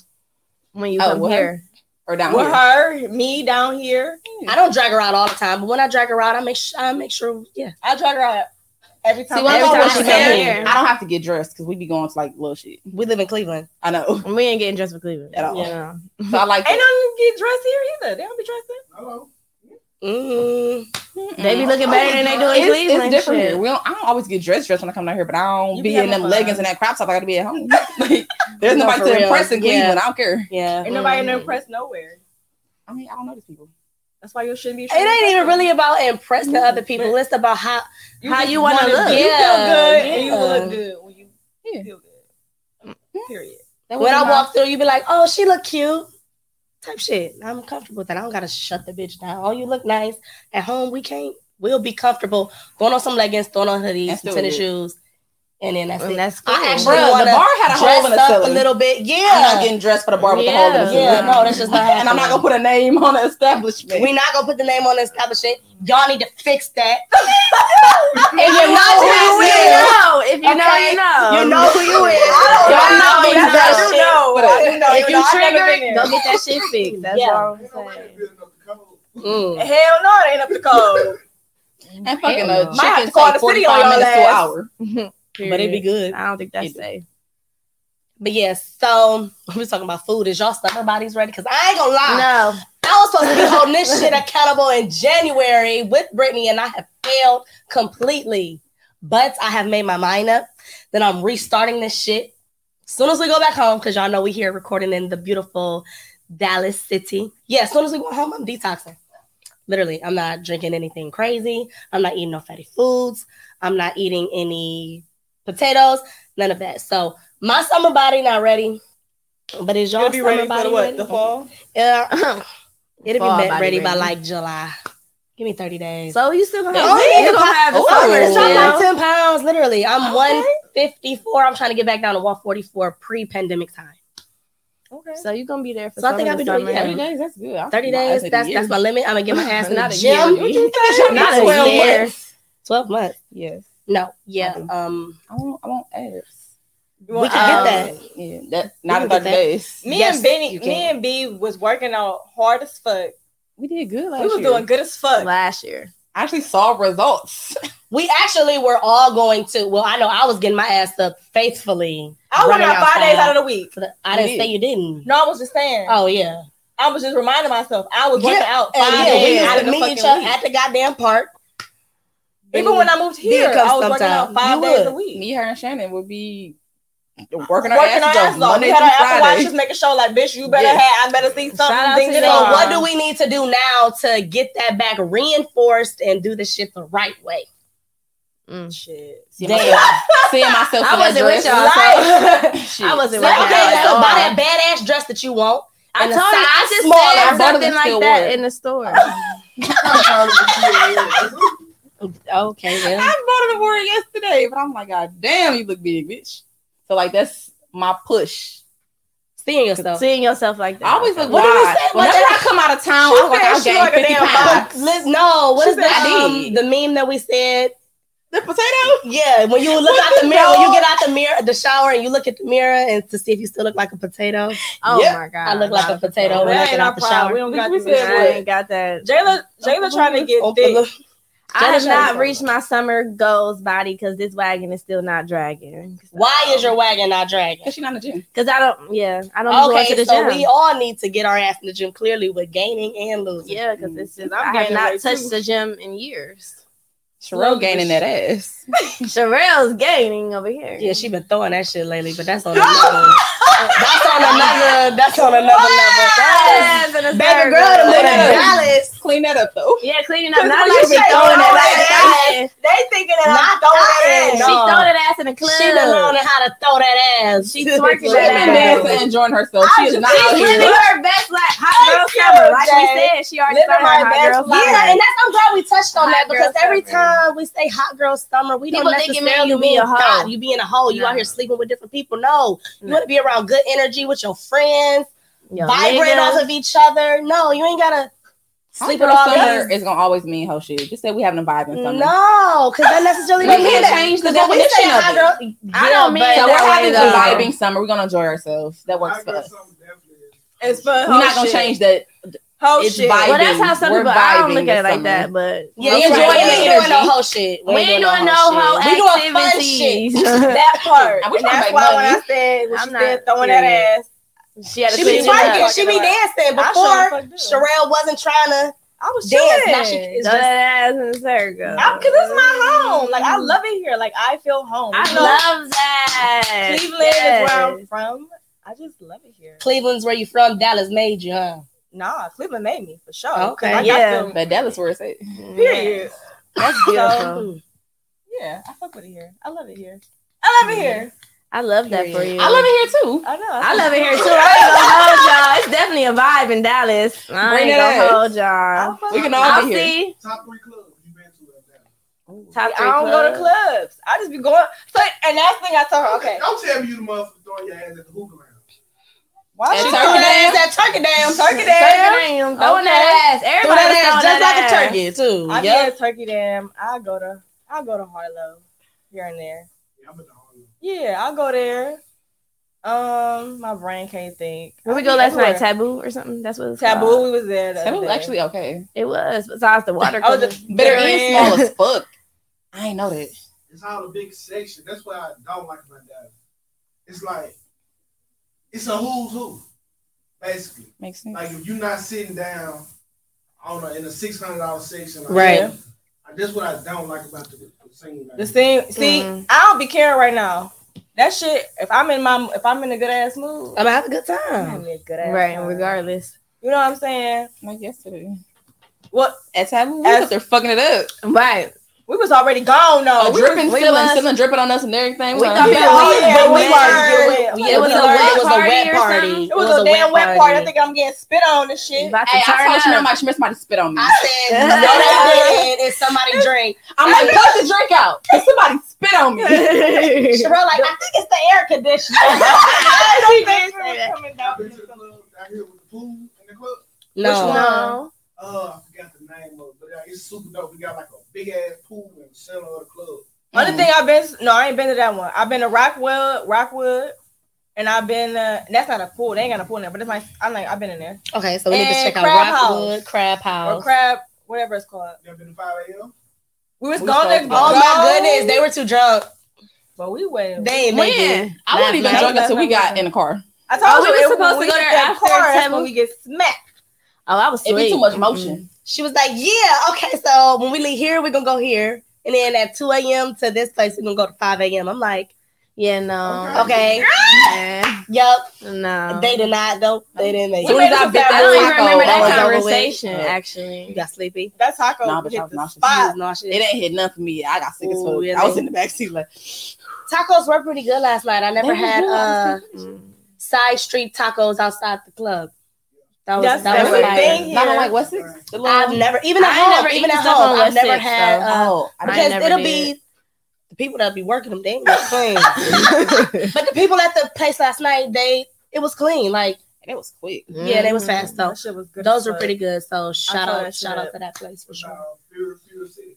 [SPEAKER 3] when you
[SPEAKER 4] Oh,
[SPEAKER 3] come
[SPEAKER 4] what?
[SPEAKER 3] here.
[SPEAKER 4] or down
[SPEAKER 2] With
[SPEAKER 4] here.
[SPEAKER 2] her, me down here,
[SPEAKER 1] I don't drag her out all the time, but when I drag her out, I make sure. I make sure. Yeah.
[SPEAKER 2] I drag her out every time.
[SPEAKER 4] See, when I
[SPEAKER 3] Every
[SPEAKER 4] go
[SPEAKER 3] time
[SPEAKER 4] when
[SPEAKER 3] she
[SPEAKER 4] she
[SPEAKER 3] come
[SPEAKER 4] come
[SPEAKER 3] here.
[SPEAKER 4] here, I don't have to get dressed because we be going to like little shit.
[SPEAKER 1] We live in Cleveland.
[SPEAKER 4] I know. [laughs]
[SPEAKER 3] We ain't getting dressed for Cleveland
[SPEAKER 4] At all.
[SPEAKER 3] You know.
[SPEAKER 4] So I like
[SPEAKER 2] Ain't
[SPEAKER 4] that.
[SPEAKER 2] none get dressed here either. They don't be dressed here.
[SPEAKER 5] hello.
[SPEAKER 1] Mm.
[SPEAKER 3] They be looking better than they
[SPEAKER 4] Mm-hmm.
[SPEAKER 3] do in
[SPEAKER 4] it's, it's
[SPEAKER 3] Cleveland.
[SPEAKER 4] different
[SPEAKER 3] shit.
[SPEAKER 4] here. We don't, I don't always get dressed dressed when I come down here, but I
[SPEAKER 2] You
[SPEAKER 4] don't
[SPEAKER 2] be
[SPEAKER 4] be in them
[SPEAKER 2] having
[SPEAKER 4] leggings
[SPEAKER 2] fun.
[SPEAKER 4] and that crop top. I got to be at home. like, there's
[SPEAKER 1] No,
[SPEAKER 4] nobody
[SPEAKER 1] for
[SPEAKER 4] to
[SPEAKER 1] real.
[SPEAKER 4] impress in
[SPEAKER 1] Yeah.
[SPEAKER 4] Cleveland. I don't care.
[SPEAKER 1] Yeah.
[SPEAKER 2] Ain't nobody
[SPEAKER 3] Mm.
[SPEAKER 2] impressed nowhere.
[SPEAKER 4] I mean, I don't know these people.
[SPEAKER 2] That's why you shouldn't be.
[SPEAKER 1] It ain't even really about impressing other people. It's about how
[SPEAKER 3] how
[SPEAKER 2] just
[SPEAKER 3] you wanna
[SPEAKER 2] wanna-
[SPEAKER 3] look.
[SPEAKER 2] You
[SPEAKER 1] Yeah,
[SPEAKER 2] feel good and you
[SPEAKER 1] yeah.
[SPEAKER 2] will look good when you
[SPEAKER 4] Yeah.
[SPEAKER 2] feel good. Period.
[SPEAKER 4] That
[SPEAKER 1] when I
[SPEAKER 4] wasn't
[SPEAKER 1] walk through, you be like, "Oh, she look cute," type shit. I'm comfortable with that. I don't gotta shut the bitch down. Oh, you look nice at home. We can't. We'll be comfortable going on some leggings, throwing on hoodies,
[SPEAKER 4] That's
[SPEAKER 1] some
[SPEAKER 4] still
[SPEAKER 1] tennis
[SPEAKER 4] it.
[SPEAKER 1] shoes, and then that's
[SPEAKER 3] And
[SPEAKER 1] it.
[SPEAKER 3] that's cool.
[SPEAKER 1] I
[SPEAKER 4] how-
[SPEAKER 1] actually
[SPEAKER 4] Bruh, the
[SPEAKER 1] wanna
[SPEAKER 4] bar had a hole in
[SPEAKER 1] Dress
[SPEAKER 4] the
[SPEAKER 1] up
[SPEAKER 4] ceiling.
[SPEAKER 1] a little bit. Yeah,
[SPEAKER 4] I'm not getting dressed for the bar with the hole in the ceiling.
[SPEAKER 1] yeah. No, that's just not happening.
[SPEAKER 4] [laughs] And I'm not gonna put a name on the establishment.
[SPEAKER 1] We not gonna put the name on the establishment. Y'all need to fix that. Okay.
[SPEAKER 3] If you know who you know, if you know, you know.
[SPEAKER 1] You know who you is.
[SPEAKER 2] I
[SPEAKER 4] don't
[SPEAKER 1] Y'all
[SPEAKER 4] know.
[SPEAKER 1] need to
[SPEAKER 4] That's
[SPEAKER 1] fix
[SPEAKER 4] what I
[SPEAKER 1] that
[SPEAKER 4] do
[SPEAKER 1] shit.
[SPEAKER 2] know.
[SPEAKER 4] But, uh,
[SPEAKER 2] I do know.
[SPEAKER 3] if
[SPEAKER 2] You
[SPEAKER 3] you
[SPEAKER 2] know, I've never
[SPEAKER 3] triggered,
[SPEAKER 2] been there.
[SPEAKER 3] go get that shit fixed. That's
[SPEAKER 1] Yeah.
[SPEAKER 3] all I'm
[SPEAKER 5] Ain't nobody
[SPEAKER 3] saying.
[SPEAKER 5] building up the code.
[SPEAKER 1] Mm.
[SPEAKER 2] Hell no, it ain't up to code.
[SPEAKER 4] And fucking
[SPEAKER 3] Hell no.
[SPEAKER 4] a
[SPEAKER 3] Might
[SPEAKER 2] have to
[SPEAKER 4] chicken
[SPEAKER 2] call
[SPEAKER 4] take
[SPEAKER 2] the city
[SPEAKER 4] 45
[SPEAKER 2] on y'all
[SPEAKER 4] minutes to an
[SPEAKER 2] ass.
[SPEAKER 4] hour.
[SPEAKER 1] But it'd be good.
[SPEAKER 3] I don't think that's
[SPEAKER 4] It-
[SPEAKER 3] safe.
[SPEAKER 1] But yeah, so [laughs] we're talking about food. Is y'all summer bodies ready? Because I ain't gonna lie.
[SPEAKER 3] No, [laughs]
[SPEAKER 1] I was supposed to be holding this shit [laughs] accountable in January with Brittany, and I have failed completely. But I have made my mind up that I'm restarting this shit soon as we go back home, because y'all know we here recording in the beautiful Dallas city. Yeah, as soon as we go home, I'm detoxing. Literally, I'm not drinking anything crazy. I'm not eating no fatty foods. I'm not eating any potatoes. None of that. So my summer body not ready. But is y'all
[SPEAKER 2] You'll be
[SPEAKER 1] summer
[SPEAKER 2] ready
[SPEAKER 1] body
[SPEAKER 2] for what?
[SPEAKER 1] ready?
[SPEAKER 2] The fall?
[SPEAKER 1] Yeah. It'll
[SPEAKER 3] Fall
[SPEAKER 1] be be-
[SPEAKER 3] body
[SPEAKER 1] ready by
[SPEAKER 3] ready.
[SPEAKER 1] like July. Give me 30 days.
[SPEAKER 3] So you still gonna have,
[SPEAKER 1] Oh, yeah,
[SPEAKER 3] you gonna
[SPEAKER 1] pop-
[SPEAKER 3] have a
[SPEAKER 4] oh,
[SPEAKER 3] summer.
[SPEAKER 1] I'm dropped
[SPEAKER 3] you know?
[SPEAKER 1] like 10 pounds, literally. I'm
[SPEAKER 3] Okay.
[SPEAKER 1] 154. I'm trying to get back down to 144 pre pandemic time.
[SPEAKER 2] Okay.
[SPEAKER 3] So you gonna be there for
[SPEAKER 1] So I think
[SPEAKER 3] summer
[SPEAKER 1] I'll be
[SPEAKER 3] to
[SPEAKER 1] doing-
[SPEAKER 3] summer.
[SPEAKER 1] yeah,
[SPEAKER 4] Thirty days. That's good. I
[SPEAKER 1] 30
[SPEAKER 4] think my
[SPEAKER 1] days,
[SPEAKER 4] ass ate a
[SPEAKER 1] that's,
[SPEAKER 4] year.
[SPEAKER 1] that's my limit. I'm going to get my ass in the
[SPEAKER 4] Not a
[SPEAKER 1] gym.
[SPEAKER 4] year. What you say?
[SPEAKER 1] Not a
[SPEAKER 4] Twelve
[SPEAKER 1] year.
[SPEAKER 4] months.
[SPEAKER 1] 12 months.
[SPEAKER 3] Yes.
[SPEAKER 1] No, yeah.
[SPEAKER 4] Okay.
[SPEAKER 1] Um,
[SPEAKER 4] I want, I want abs.
[SPEAKER 1] we
[SPEAKER 2] You want-
[SPEAKER 1] can
[SPEAKER 3] um,
[SPEAKER 1] get that.
[SPEAKER 4] Yeah, that not
[SPEAKER 1] can get
[SPEAKER 4] in thirty
[SPEAKER 1] that.
[SPEAKER 4] days.
[SPEAKER 2] Me
[SPEAKER 1] Yes,
[SPEAKER 2] and Benny,
[SPEAKER 1] you
[SPEAKER 2] me
[SPEAKER 1] can.
[SPEAKER 2] and B was working out hard as fuck.
[SPEAKER 4] We did good last
[SPEAKER 2] We was
[SPEAKER 4] year.
[SPEAKER 2] doing good as fuck.
[SPEAKER 3] Last year.
[SPEAKER 4] I actually saw results. [laughs]
[SPEAKER 1] We actually were all going to. Well, I know I was getting my ass up faithfully.
[SPEAKER 2] I worked
[SPEAKER 1] running
[SPEAKER 2] out five
[SPEAKER 1] outside.
[SPEAKER 2] days out of the week.
[SPEAKER 1] For the, I didn't say you didn't.
[SPEAKER 2] No, I was just saying.
[SPEAKER 1] Oh yeah.
[SPEAKER 2] I was just reminding myself I was
[SPEAKER 1] Yeah,
[SPEAKER 2] working out
[SPEAKER 1] And
[SPEAKER 2] five
[SPEAKER 1] yeah, we
[SPEAKER 2] days
[SPEAKER 1] used
[SPEAKER 2] out
[SPEAKER 1] to
[SPEAKER 2] of the
[SPEAKER 1] meet
[SPEAKER 2] fucking
[SPEAKER 1] each other
[SPEAKER 2] week.
[SPEAKER 1] at the goddamn park.
[SPEAKER 2] Even when I moved here,
[SPEAKER 1] Did come
[SPEAKER 2] I was working out
[SPEAKER 1] sometime.
[SPEAKER 2] five
[SPEAKER 1] You
[SPEAKER 2] days a
[SPEAKER 1] would.
[SPEAKER 2] week.
[SPEAKER 4] Me, her, and Shannon would be working our
[SPEAKER 2] working our
[SPEAKER 4] asses
[SPEAKER 2] asses
[SPEAKER 4] off
[SPEAKER 2] off. We
[SPEAKER 4] Monday
[SPEAKER 2] had
[SPEAKER 4] through
[SPEAKER 2] our after
[SPEAKER 4] Friday. [laughs]
[SPEAKER 2] watches making sure like, bitch, you better
[SPEAKER 4] Yeah.
[SPEAKER 2] have, I better see something.
[SPEAKER 3] out
[SPEAKER 2] ding,
[SPEAKER 3] to
[SPEAKER 2] ding,
[SPEAKER 1] So
[SPEAKER 2] ding.
[SPEAKER 3] y'all.
[SPEAKER 1] what do we need to do now to get that back reinforced and do the shit the right way?
[SPEAKER 3] Mm.
[SPEAKER 2] Shit.
[SPEAKER 4] Seeing
[SPEAKER 1] Damn.
[SPEAKER 4] myself- seeing myself.
[SPEAKER 3] I
[SPEAKER 4] in that
[SPEAKER 3] wasn't with
[SPEAKER 4] dress.
[SPEAKER 3] y'all,
[SPEAKER 4] [laughs] Shit.
[SPEAKER 3] I wasn't
[SPEAKER 1] Okay,
[SPEAKER 3] with y'all. at
[SPEAKER 1] so
[SPEAKER 3] all.
[SPEAKER 1] buy that badass dress that you want.
[SPEAKER 3] I
[SPEAKER 1] and
[SPEAKER 3] told
[SPEAKER 1] a
[SPEAKER 3] you, I
[SPEAKER 1] size
[SPEAKER 3] just
[SPEAKER 1] smaller.
[SPEAKER 3] said
[SPEAKER 4] Our brother
[SPEAKER 3] something like
[SPEAKER 4] still
[SPEAKER 3] that
[SPEAKER 4] wore it.
[SPEAKER 3] in the store.
[SPEAKER 1] Okay,
[SPEAKER 4] I bought it to wear it yesterday, but I'm like, God damn, you look big, bitch. So like, that's my push.
[SPEAKER 1] Seeing yourself.
[SPEAKER 3] Seeing yourself like that.
[SPEAKER 4] I always look
[SPEAKER 1] What do we
[SPEAKER 4] wide.
[SPEAKER 1] say?
[SPEAKER 4] Whenever I come out of town, I'm like,
[SPEAKER 2] said
[SPEAKER 4] I
[SPEAKER 2] she like
[SPEAKER 4] gained
[SPEAKER 2] a damn
[SPEAKER 4] 50 pounds.
[SPEAKER 1] Liz, no, what
[SPEAKER 4] She
[SPEAKER 1] is
[SPEAKER 4] said I
[SPEAKER 1] the, um,
[SPEAKER 4] did.
[SPEAKER 1] the meme that we said?
[SPEAKER 4] The potato?
[SPEAKER 1] Yeah, when you look out the mirror, when
[SPEAKER 4] No.
[SPEAKER 1] you get out the mirror, the shower, and you look at the mirror and to see if you still look like a potato.
[SPEAKER 3] Oh
[SPEAKER 4] Yeah.
[SPEAKER 3] my god.
[SPEAKER 1] I look like a potato
[SPEAKER 2] That
[SPEAKER 1] when I
[SPEAKER 2] ain't
[SPEAKER 1] get
[SPEAKER 2] our
[SPEAKER 1] out the
[SPEAKER 2] problem.
[SPEAKER 1] shower.
[SPEAKER 2] We don't got
[SPEAKER 4] We
[SPEAKER 2] to
[SPEAKER 4] said
[SPEAKER 3] I
[SPEAKER 2] do
[SPEAKER 3] ain't got that.
[SPEAKER 2] Jayla, Jayla trying to get
[SPEAKER 1] Open
[SPEAKER 2] thick.
[SPEAKER 1] the-
[SPEAKER 3] I
[SPEAKER 1] Jada
[SPEAKER 3] have
[SPEAKER 1] Shaw
[SPEAKER 3] not
[SPEAKER 1] is
[SPEAKER 3] reached my summer goals body because this wagon is still not dragging.
[SPEAKER 1] [laughs] Why is your wagon not dragging?
[SPEAKER 4] Because she's not in the gym.
[SPEAKER 3] Because I don't. Yeah, I don't okay, go to
[SPEAKER 1] Okay,
[SPEAKER 3] the
[SPEAKER 1] so
[SPEAKER 3] gym.
[SPEAKER 1] we all need to get our ass in the gym. Clearly, with gaining and losing.
[SPEAKER 3] yeah, because it's just
[SPEAKER 2] I'm
[SPEAKER 3] i have
[SPEAKER 2] gaining
[SPEAKER 3] not
[SPEAKER 2] weight,
[SPEAKER 3] touched
[SPEAKER 2] too.
[SPEAKER 3] the gym in years.
[SPEAKER 4] Sherelle gaining that ass.
[SPEAKER 3] [laughs] Sherelle's gaining over here.
[SPEAKER 1] Yeah, she been throwing that shit lately, but that's on
[SPEAKER 3] [laughs]
[SPEAKER 1] another. that's on another. That's on another level.
[SPEAKER 3] Yes, in a
[SPEAKER 1] Baby
[SPEAKER 3] circle.
[SPEAKER 1] girl, the
[SPEAKER 4] Look at
[SPEAKER 1] little
[SPEAKER 4] her.
[SPEAKER 1] Dallas.
[SPEAKER 4] Clean that up though.
[SPEAKER 3] Yeah, cleaning up. Not
[SPEAKER 2] Cause she
[SPEAKER 3] like she throwing
[SPEAKER 2] throwing it
[SPEAKER 3] it like that.
[SPEAKER 2] They thinking that
[SPEAKER 1] Not that.
[SPEAKER 2] I'm throwing
[SPEAKER 3] She
[SPEAKER 2] it.
[SPEAKER 1] No.
[SPEAKER 3] throwing that ass in the club.
[SPEAKER 1] She been learning how to throw that ass.
[SPEAKER 3] She twerking
[SPEAKER 4] She's been
[SPEAKER 3] that ass.
[SPEAKER 4] dancing, enjoying herself. She is not out
[SPEAKER 3] She's living
[SPEAKER 4] here.
[SPEAKER 3] her best life. Hot girl
[SPEAKER 2] Thank you,
[SPEAKER 3] summer. Like we
[SPEAKER 2] Jay.
[SPEAKER 3] said, she already
[SPEAKER 2] Living
[SPEAKER 3] started
[SPEAKER 2] my
[SPEAKER 3] her hot
[SPEAKER 2] best
[SPEAKER 3] girl
[SPEAKER 2] life.
[SPEAKER 3] summer.
[SPEAKER 1] Yeah, and that's I'm glad we touched on
[SPEAKER 3] Hot
[SPEAKER 1] that because
[SPEAKER 3] girl
[SPEAKER 1] every
[SPEAKER 3] summer.
[SPEAKER 1] time we say hot girl summer, we
[SPEAKER 3] People
[SPEAKER 1] don't
[SPEAKER 3] think it mean
[SPEAKER 1] necessarily
[SPEAKER 3] you
[SPEAKER 1] mean
[SPEAKER 3] be a hoe.
[SPEAKER 1] God, you be in a hole. You
[SPEAKER 3] No.
[SPEAKER 1] out here sleeping with different people. No, you want
[SPEAKER 3] No.
[SPEAKER 1] to be around good energy with your friends,
[SPEAKER 3] Yo,
[SPEAKER 1] vibrate
[SPEAKER 3] niggas.
[SPEAKER 1] off of each other. No, you ain't gotta sleep with
[SPEAKER 4] Sleeping
[SPEAKER 1] all
[SPEAKER 4] summer
[SPEAKER 1] that.
[SPEAKER 4] is gonna always mean hoe shit. Just say we having a vibe in summer.
[SPEAKER 1] No, because that necessarily
[SPEAKER 4] We
[SPEAKER 1] don't mean
[SPEAKER 4] can't
[SPEAKER 1] that.
[SPEAKER 4] change the
[SPEAKER 1] 'Cause when we say
[SPEAKER 4] definition of
[SPEAKER 1] hot
[SPEAKER 4] it.
[SPEAKER 1] girl,
[SPEAKER 3] I
[SPEAKER 1] yeah,
[SPEAKER 3] don't mean
[SPEAKER 1] but-
[SPEAKER 4] So
[SPEAKER 3] that
[SPEAKER 4] we're having
[SPEAKER 3] way,
[SPEAKER 4] a
[SPEAKER 3] though.
[SPEAKER 4] vibing summer. We're gonna enjoy ourselves. [laughs] That works for us.
[SPEAKER 5] uh,
[SPEAKER 2] It's fun.
[SPEAKER 4] We're
[SPEAKER 2] Whole
[SPEAKER 4] not gonna
[SPEAKER 2] shit.
[SPEAKER 4] change that.
[SPEAKER 2] Whole
[SPEAKER 4] It's
[SPEAKER 2] shit.
[SPEAKER 4] vibing.
[SPEAKER 3] Well, that's how some
[SPEAKER 4] We're
[SPEAKER 3] people. I don't
[SPEAKER 4] vibing
[SPEAKER 3] look at
[SPEAKER 4] this
[SPEAKER 3] it like
[SPEAKER 4] summer.
[SPEAKER 3] that, but
[SPEAKER 1] Yeah,
[SPEAKER 4] That's
[SPEAKER 1] enjoy.
[SPEAKER 4] right.
[SPEAKER 1] We ain't doing
[SPEAKER 4] Energy.
[SPEAKER 1] no whole shit.
[SPEAKER 3] we ain't doing no
[SPEAKER 1] hoe
[SPEAKER 3] whole
[SPEAKER 1] shit. We doing fun shit.
[SPEAKER 3] activities.
[SPEAKER 2] that part.
[SPEAKER 4] I wish
[SPEAKER 2] And
[SPEAKER 4] I
[SPEAKER 2] that's
[SPEAKER 4] made
[SPEAKER 2] why
[SPEAKER 4] money.
[SPEAKER 2] when I said when
[SPEAKER 3] I'm
[SPEAKER 2] she
[SPEAKER 3] not
[SPEAKER 2] said throwing that
[SPEAKER 3] serious.
[SPEAKER 2] ass,
[SPEAKER 3] She had to
[SPEAKER 1] She
[SPEAKER 2] She
[SPEAKER 1] be
[SPEAKER 3] clean
[SPEAKER 2] was
[SPEAKER 3] it up.
[SPEAKER 1] twerking,
[SPEAKER 2] twerking,
[SPEAKER 1] she be
[SPEAKER 2] like-
[SPEAKER 1] dancing.
[SPEAKER 2] I sure
[SPEAKER 1] Before
[SPEAKER 2] fuck do.
[SPEAKER 1] Sherelle wasn't trying to
[SPEAKER 2] I was
[SPEAKER 1] dance.
[SPEAKER 2] chilling.
[SPEAKER 1] Now she is
[SPEAKER 3] Throw
[SPEAKER 1] just
[SPEAKER 3] that ass in the circle.
[SPEAKER 2] I'm, Cause it's my home. Like I love it here. Like I feel home.
[SPEAKER 3] I
[SPEAKER 2] You know,
[SPEAKER 3] love that.
[SPEAKER 2] Cleveland
[SPEAKER 3] Yes.
[SPEAKER 2] is where I'm from. I just love it here.
[SPEAKER 1] Cleveland's where you from. Dallas made you, huh?
[SPEAKER 2] Nah, Cleveland made me for sure.
[SPEAKER 1] Okay,
[SPEAKER 2] Like, I
[SPEAKER 3] yeah.
[SPEAKER 2] feel-
[SPEAKER 4] But Dallas where it's at.
[SPEAKER 2] Period.
[SPEAKER 3] That's beautiful.
[SPEAKER 2] Yeah, I fuck with it here. I love it here. I love it here.
[SPEAKER 3] I love that for
[SPEAKER 1] Period.
[SPEAKER 3] you.
[SPEAKER 4] I love it here too.
[SPEAKER 2] I know.
[SPEAKER 3] I love it here too.
[SPEAKER 2] [laughs]
[SPEAKER 3] I ain't gonna hold y'all. It's definitely a vibe in Dallas. I
[SPEAKER 4] Bring
[SPEAKER 3] ain't
[SPEAKER 4] it
[SPEAKER 3] gonna
[SPEAKER 4] up.
[SPEAKER 3] hold y'all.
[SPEAKER 2] fuck
[SPEAKER 4] We can
[SPEAKER 2] with
[SPEAKER 4] all-
[SPEAKER 2] it.
[SPEAKER 3] I'll
[SPEAKER 4] be here.
[SPEAKER 3] see.
[SPEAKER 5] Top three clubs you been to in Dallas.
[SPEAKER 2] I
[SPEAKER 3] Top three
[SPEAKER 2] don't go to
[SPEAKER 3] clubs.
[SPEAKER 2] clubs. I just be going. So, and that's the thing I told her. Okay,
[SPEAKER 5] Don't tell me you the motherfucker throwing your ass at the hookah lounge.
[SPEAKER 2] why
[SPEAKER 4] And
[SPEAKER 2] she
[SPEAKER 4] Turkey
[SPEAKER 2] throwing
[SPEAKER 4] Dam.
[SPEAKER 2] that ass at Turkey Dam? Turkey
[SPEAKER 3] Turkey
[SPEAKER 2] Dam.
[SPEAKER 3] Dam, Throwing that ass.
[SPEAKER 1] Throw
[SPEAKER 3] Everybody
[SPEAKER 1] that ass
[SPEAKER 3] throwing
[SPEAKER 1] just
[SPEAKER 3] that
[SPEAKER 1] like a
[SPEAKER 3] ass.
[SPEAKER 1] turkey too.
[SPEAKER 2] I
[SPEAKER 1] Yep.
[SPEAKER 2] get Turkey Dam. I go to. I go to Harlow here and there.
[SPEAKER 5] Yeah, I'm in the Harlem.
[SPEAKER 2] Yeah, I'll go there. Um, my brain can't think.
[SPEAKER 3] Where we
[SPEAKER 2] I'll
[SPEAKER 3] go
[SPEAKER 2] be
[SPEAKER 3] last night?
[SPEAKER 2] everywhere.
[SPEAKER 3] Taboo or something? That's what it's
[SPEAKER 2] Taboo,
[SPEAKER 3] Called.
[SPEAKER 2] we was there. the
[SPEAKER 4] That
[SPEAKER 2] other
[SPEAKER 4] was
[SPEAKER 2] day.
[SPEAKER 4] actually okay.
[SPEAKER 3] It was besides Oh, the water.
[SPEAKER 2] I was
[SPEAKER 3] cooler.
[SPEAKER 4] But it
[SPEAKER 2] There
[SPEAKER 4] is
[SPEAKER 2] is.
[SPEAKER 4] small as fuck. I ain't know that.
[SPEAKER 5] It's all a big section. That's what I don't like about Dallas. It's like it's a who's who, basically.
[SPEAKER 4] Makes sense.
[SPEAKER 5] Like if you're not sitting down on a, in a six hundred dollar section, like,
[SPEAKER 1] Right.
[SPEAKER 5] That's what I don't like about the, the scene.
[SPEAKER 2] the same. See,
[SPEAKER 3] Mm.
[SPEAKER 2] I don't be caring right now. That shit. If I'm in my, if I'm in a good ass mood,
[SPEAKER 1] I'm gonna have a good
[SPEAKER 2] I'm
[SPEAKER 1] time.
[SPEAKER 2] having a good ass
[SPEAKER 3] right.
[SPEAKER 2] time.
[SPEAKER 3] Regardless,
[SPEAKER 2] You know what I'm saying?
[SPEAKER 4] Like yesterday.
[SPEAKER 2] What
[SPEAKER 4] At Taboo, we
[SPEAKER 2] As-
[SPEAKER 4] was up there fucking it up.
[SPEAKER 3] right.
[SPEAKER 2] we We was already
[SPEAKER 1] Oh,
[SPEAKER 2] gone though.
[SPEAKER 4] a
[SPEAKER 2] we
[SPEAKER 4] dripping
[SPEAKER 3] we
[SPEAKER 4] ceiling,
[SPEAKER 3] was-
[SPEAKER 4] ceiling dripping on us and everything. We
[SPEAKER 3] Yeah.
[SPEAKER 4] thought
[SPEAKER 2] was,
[SPEAKER 4] people
[SPEAKER 2] yeah,
[SPEAKER 4] was-
[SPEAKER 2] yeah,
[SPEAKER 1] but
[SPEAKER 2] we
[SPEAKER 1] we
[SPEAKER 2] were-
[SPEAKER 1] were-
[SPEAKER 2] yeah,
[SPEAKER 1] It was a wet, it was a wet
[SPEAKER 3] party or
[SPEAKER 1] party.
[SPEAKER 3] something?
[SPEAKER 2] It was a damn wet party. I think I'm getting spit on and
[SPEAKER 3] You
[SPEAKER 2] shit.
[SPEAKER 3] about to
[SPEAKER 4] Hey, I
[SPEAKER 3] turn
[SPEAKER 4] told you
[SPEAKER 3] up.
[SPEAKER 4] nobody should miss somebody spit on me.
[SPEAKER 1] I
[SPEAKER 2] [laughs]
[SPEAKER 1] said,
[SPEAKER 3] Yeah.
[SPEAKER 1] no, that did. It's somebody drink.
[SPEAKER 4] I'm like, put the drink out. 'cause Somebody spit on [laughs] me.
[SPEAKER 1] Sherelle, like, I think it's the air conditioner.
[SPEAKER 2] [laughs] I
[SPEAKER 3] She
[SPEAKER 1] [laughs]
[SPEAKER 2] don't
[SPEAKER 3] did
[SPEAKER 2] think it
[SPEAKER 3] say
[SPEAKER 2] was
[SPEAKER 3] that.
[SPEAKER 2] coming
[SPEAKER 5] I've
[SPEAKER 2] down.
[SPEAKER 5] been to the club down here with the pool in the club.
[SPEAKER 1] no.
[SPEAKER 3] No.
[SPEAKER 5] Uh, I forgot the name of it, but uh, it's super dope. We got like a big ass pool in the center of the club.
[SPEAKER 2] Only thing I've been no, I ain't been to that one. I've been to Rockwood, Rockwood, and I've been. Uh, that's not a pool. They ain't got a pool in there, but it's like I'm like I've been in there
[SPEAKER 1] Okay, so we need to
[SPEAKER 2] And
[SPEAKER 1] check out
[SPEAKER 2] Crab
[SPEAKER 1] Rockwood,
[SPEAKER 2] House.
[SPEAKER 1] Crab
[SPEAKER 2] or
[SPEAKER 1] House.
[SPEAKER 2] crab, whatever it's called.
[SPEAKER 5] You ever been to 5 a.m.?
[SPEAKER 2] We was
[SPEAKER 4] We
[SPEAKER 2] going
[SPEAKER 4] supposed
[SPEAKER 2] there.
[SPEAKER 4] to go.
[SPEAKER 1] Oh
[SPEAKER 2] go,
[SPEAKER 1] my goodness, they were too drunk.
[SPEAKER 2] But we went.
[SPEAKER 1] They ain't make it.
[SPEAKER 3] When?
[SPEAKER 4] I wasn't even
[SPEAKER 1] Last
[SPEAKER 4] drunk
[SPEAKER 2] night.
[SPEAKER 4] until we got in the car.
[SPEAKER 2] I told
[SPEAKER 3] Oh,
[SPEAKER 2] you
[SPEAKER 3] we
[SPEAKER 2] it-
[SPEAKER 3] were supposed
[SPEAKER 2] when
[SPEAKER 3] to go
[SPEAKER 2] we
[SPEAKER 3] there
[SPEAKER 2] get that
[SPEAKER 3] after
[SPEAKER 2] car, that's
[SPEAKER 3] 10.
[SPEAKER 2] when we get smacked.
[SPEAKER 3] Oh, I was
[SPEAKER 4] It
[SPEAKER 3] sweet.
[SPEAKER 4] be too much motion.
[SPEAKER 1] She was like, Yeah, okay, so when we leave here, we're gonna go here. And then at 2 a.m. to this place, we're gonna go to 5 a.m. I'm like,
[SPEAKER 3] Yeah, no.
[SPEAKER 1] okay,
[SPEAKER 3] Yeah,
[SPEAKER 1] yup.
[SPEAKER 3] No.
[SPEAKER 1] They did not though. They didn't make
[SPEAKER 4] Soon
[SPEAKER 1] it.
[SPEAKER 4] as I bit
[SPEAKER 3] I
[SPEAKER 4] that
[SPEAKER 3] don't even
[SPEAKER 4] taco,
[SPEAKER 3] remember
[SPEAKER 4] I was
[SPEAKER 3] that
[SPEAKER 4] over with.
[SPEAKER 3] conversation,
[SPEAKER 4] Yeah.
[SPEAKER 1] You
[SPEAKER 3] actually.
[SPEAKER 1] got sleepy.
[SPEAKER 2] That taco
[SPEAKER 4] Nah, but
[SPEAKER 2] hit
[SPEAKER 4] y'all
[SPEAKER 2] the
[SPEAKER 4] nauseous.
[SPEAKER 1] You
[SPEAKER 2] spot.
[SPEAKER 1] was nauseous.
[SPEAKER 4] It ain't hit nothing for me. I got sick as
[SPEAKER 1] Ooh, yeah,
[SPEAKER 4] fuck. I was
[SPEAKER 1] they-
[SPEAKER 4] in the backseat like,
[SPEAKER 1] Tacos were pretty good last night. I
[SPEAKER 4] They
[SPEAKER 1] never
[SPEAKER 4] were
[SPEAKER 1] had
[SPEAKER 4] good.
[SPEAKER 1] uh side street tacos outside the club. That was
[SPEAKER 2] Yes,
[SPEAKER 1] that
[SPEAKER 2] that's
[SPEAKER 1] was
[SPEAKER 2] the
[SPEAKER 1] fire.
[SPEAKER 2] thing
[SPEAKER 4] Not on
[SPEAKER 2] here.
[SPEAKER 4] like Wessex. The little-
[SPEAKER 1] I've never even at
[SPEAKER 3] I ain't
[SPEAKER 1] home,
[SPEAKER 3] never
[SPEAKER 1] even
[SPEAKER 3] eaten
[SPEAKER 1] at
[SPEAKER 3] stuff
[SPEAKER 1] home,
[SPEAKER 3] on
[SPEAKER 1] I've
[SPEAKER 3] West
[SPEAKER 1] never
[SPEAKER 3] Six,
[SPEAKER 1] had
[SPEAKER 3] though.
[SPEAKER 1] uh,
[SPEAKER 4] oh, I
[SPEAKER 3] ain't
[SPEAKER 1] because
[SPEAKER 3] never
[SPEAKER 1] it'll
[SPEAKER 3] did.
[SPEAKER 1] be the people that be working them, they
[SPEAKER 2] [laughs]
[SPEAKER 1] ain't got clean. but the people at the place last night, they it was clean. Like
[SPEAKER 4] and it was quick.
[SPEAKER 1] yeah, they was fast though.
[SPEAKER 2] That shit was good.
[SPEAKER 1] Those
[SPEAKER 2] as
[SPEAKER 1] were
[SPEAKER 2] fuck.
[SPEAKER 1] pretty good. So shout
[SPEAKER 2] saw
[SPEAKER 1] out,
[SPEAKER 2] that
[SPEAKER 1] shout
[SPEAKER 2] shit.
[SPEAKER 1] out to that place for
[SPEAKER 5] It's
[SPEAKER 1] sure.
[SPEAKER 5] called Fuel, Fuel Uh, City.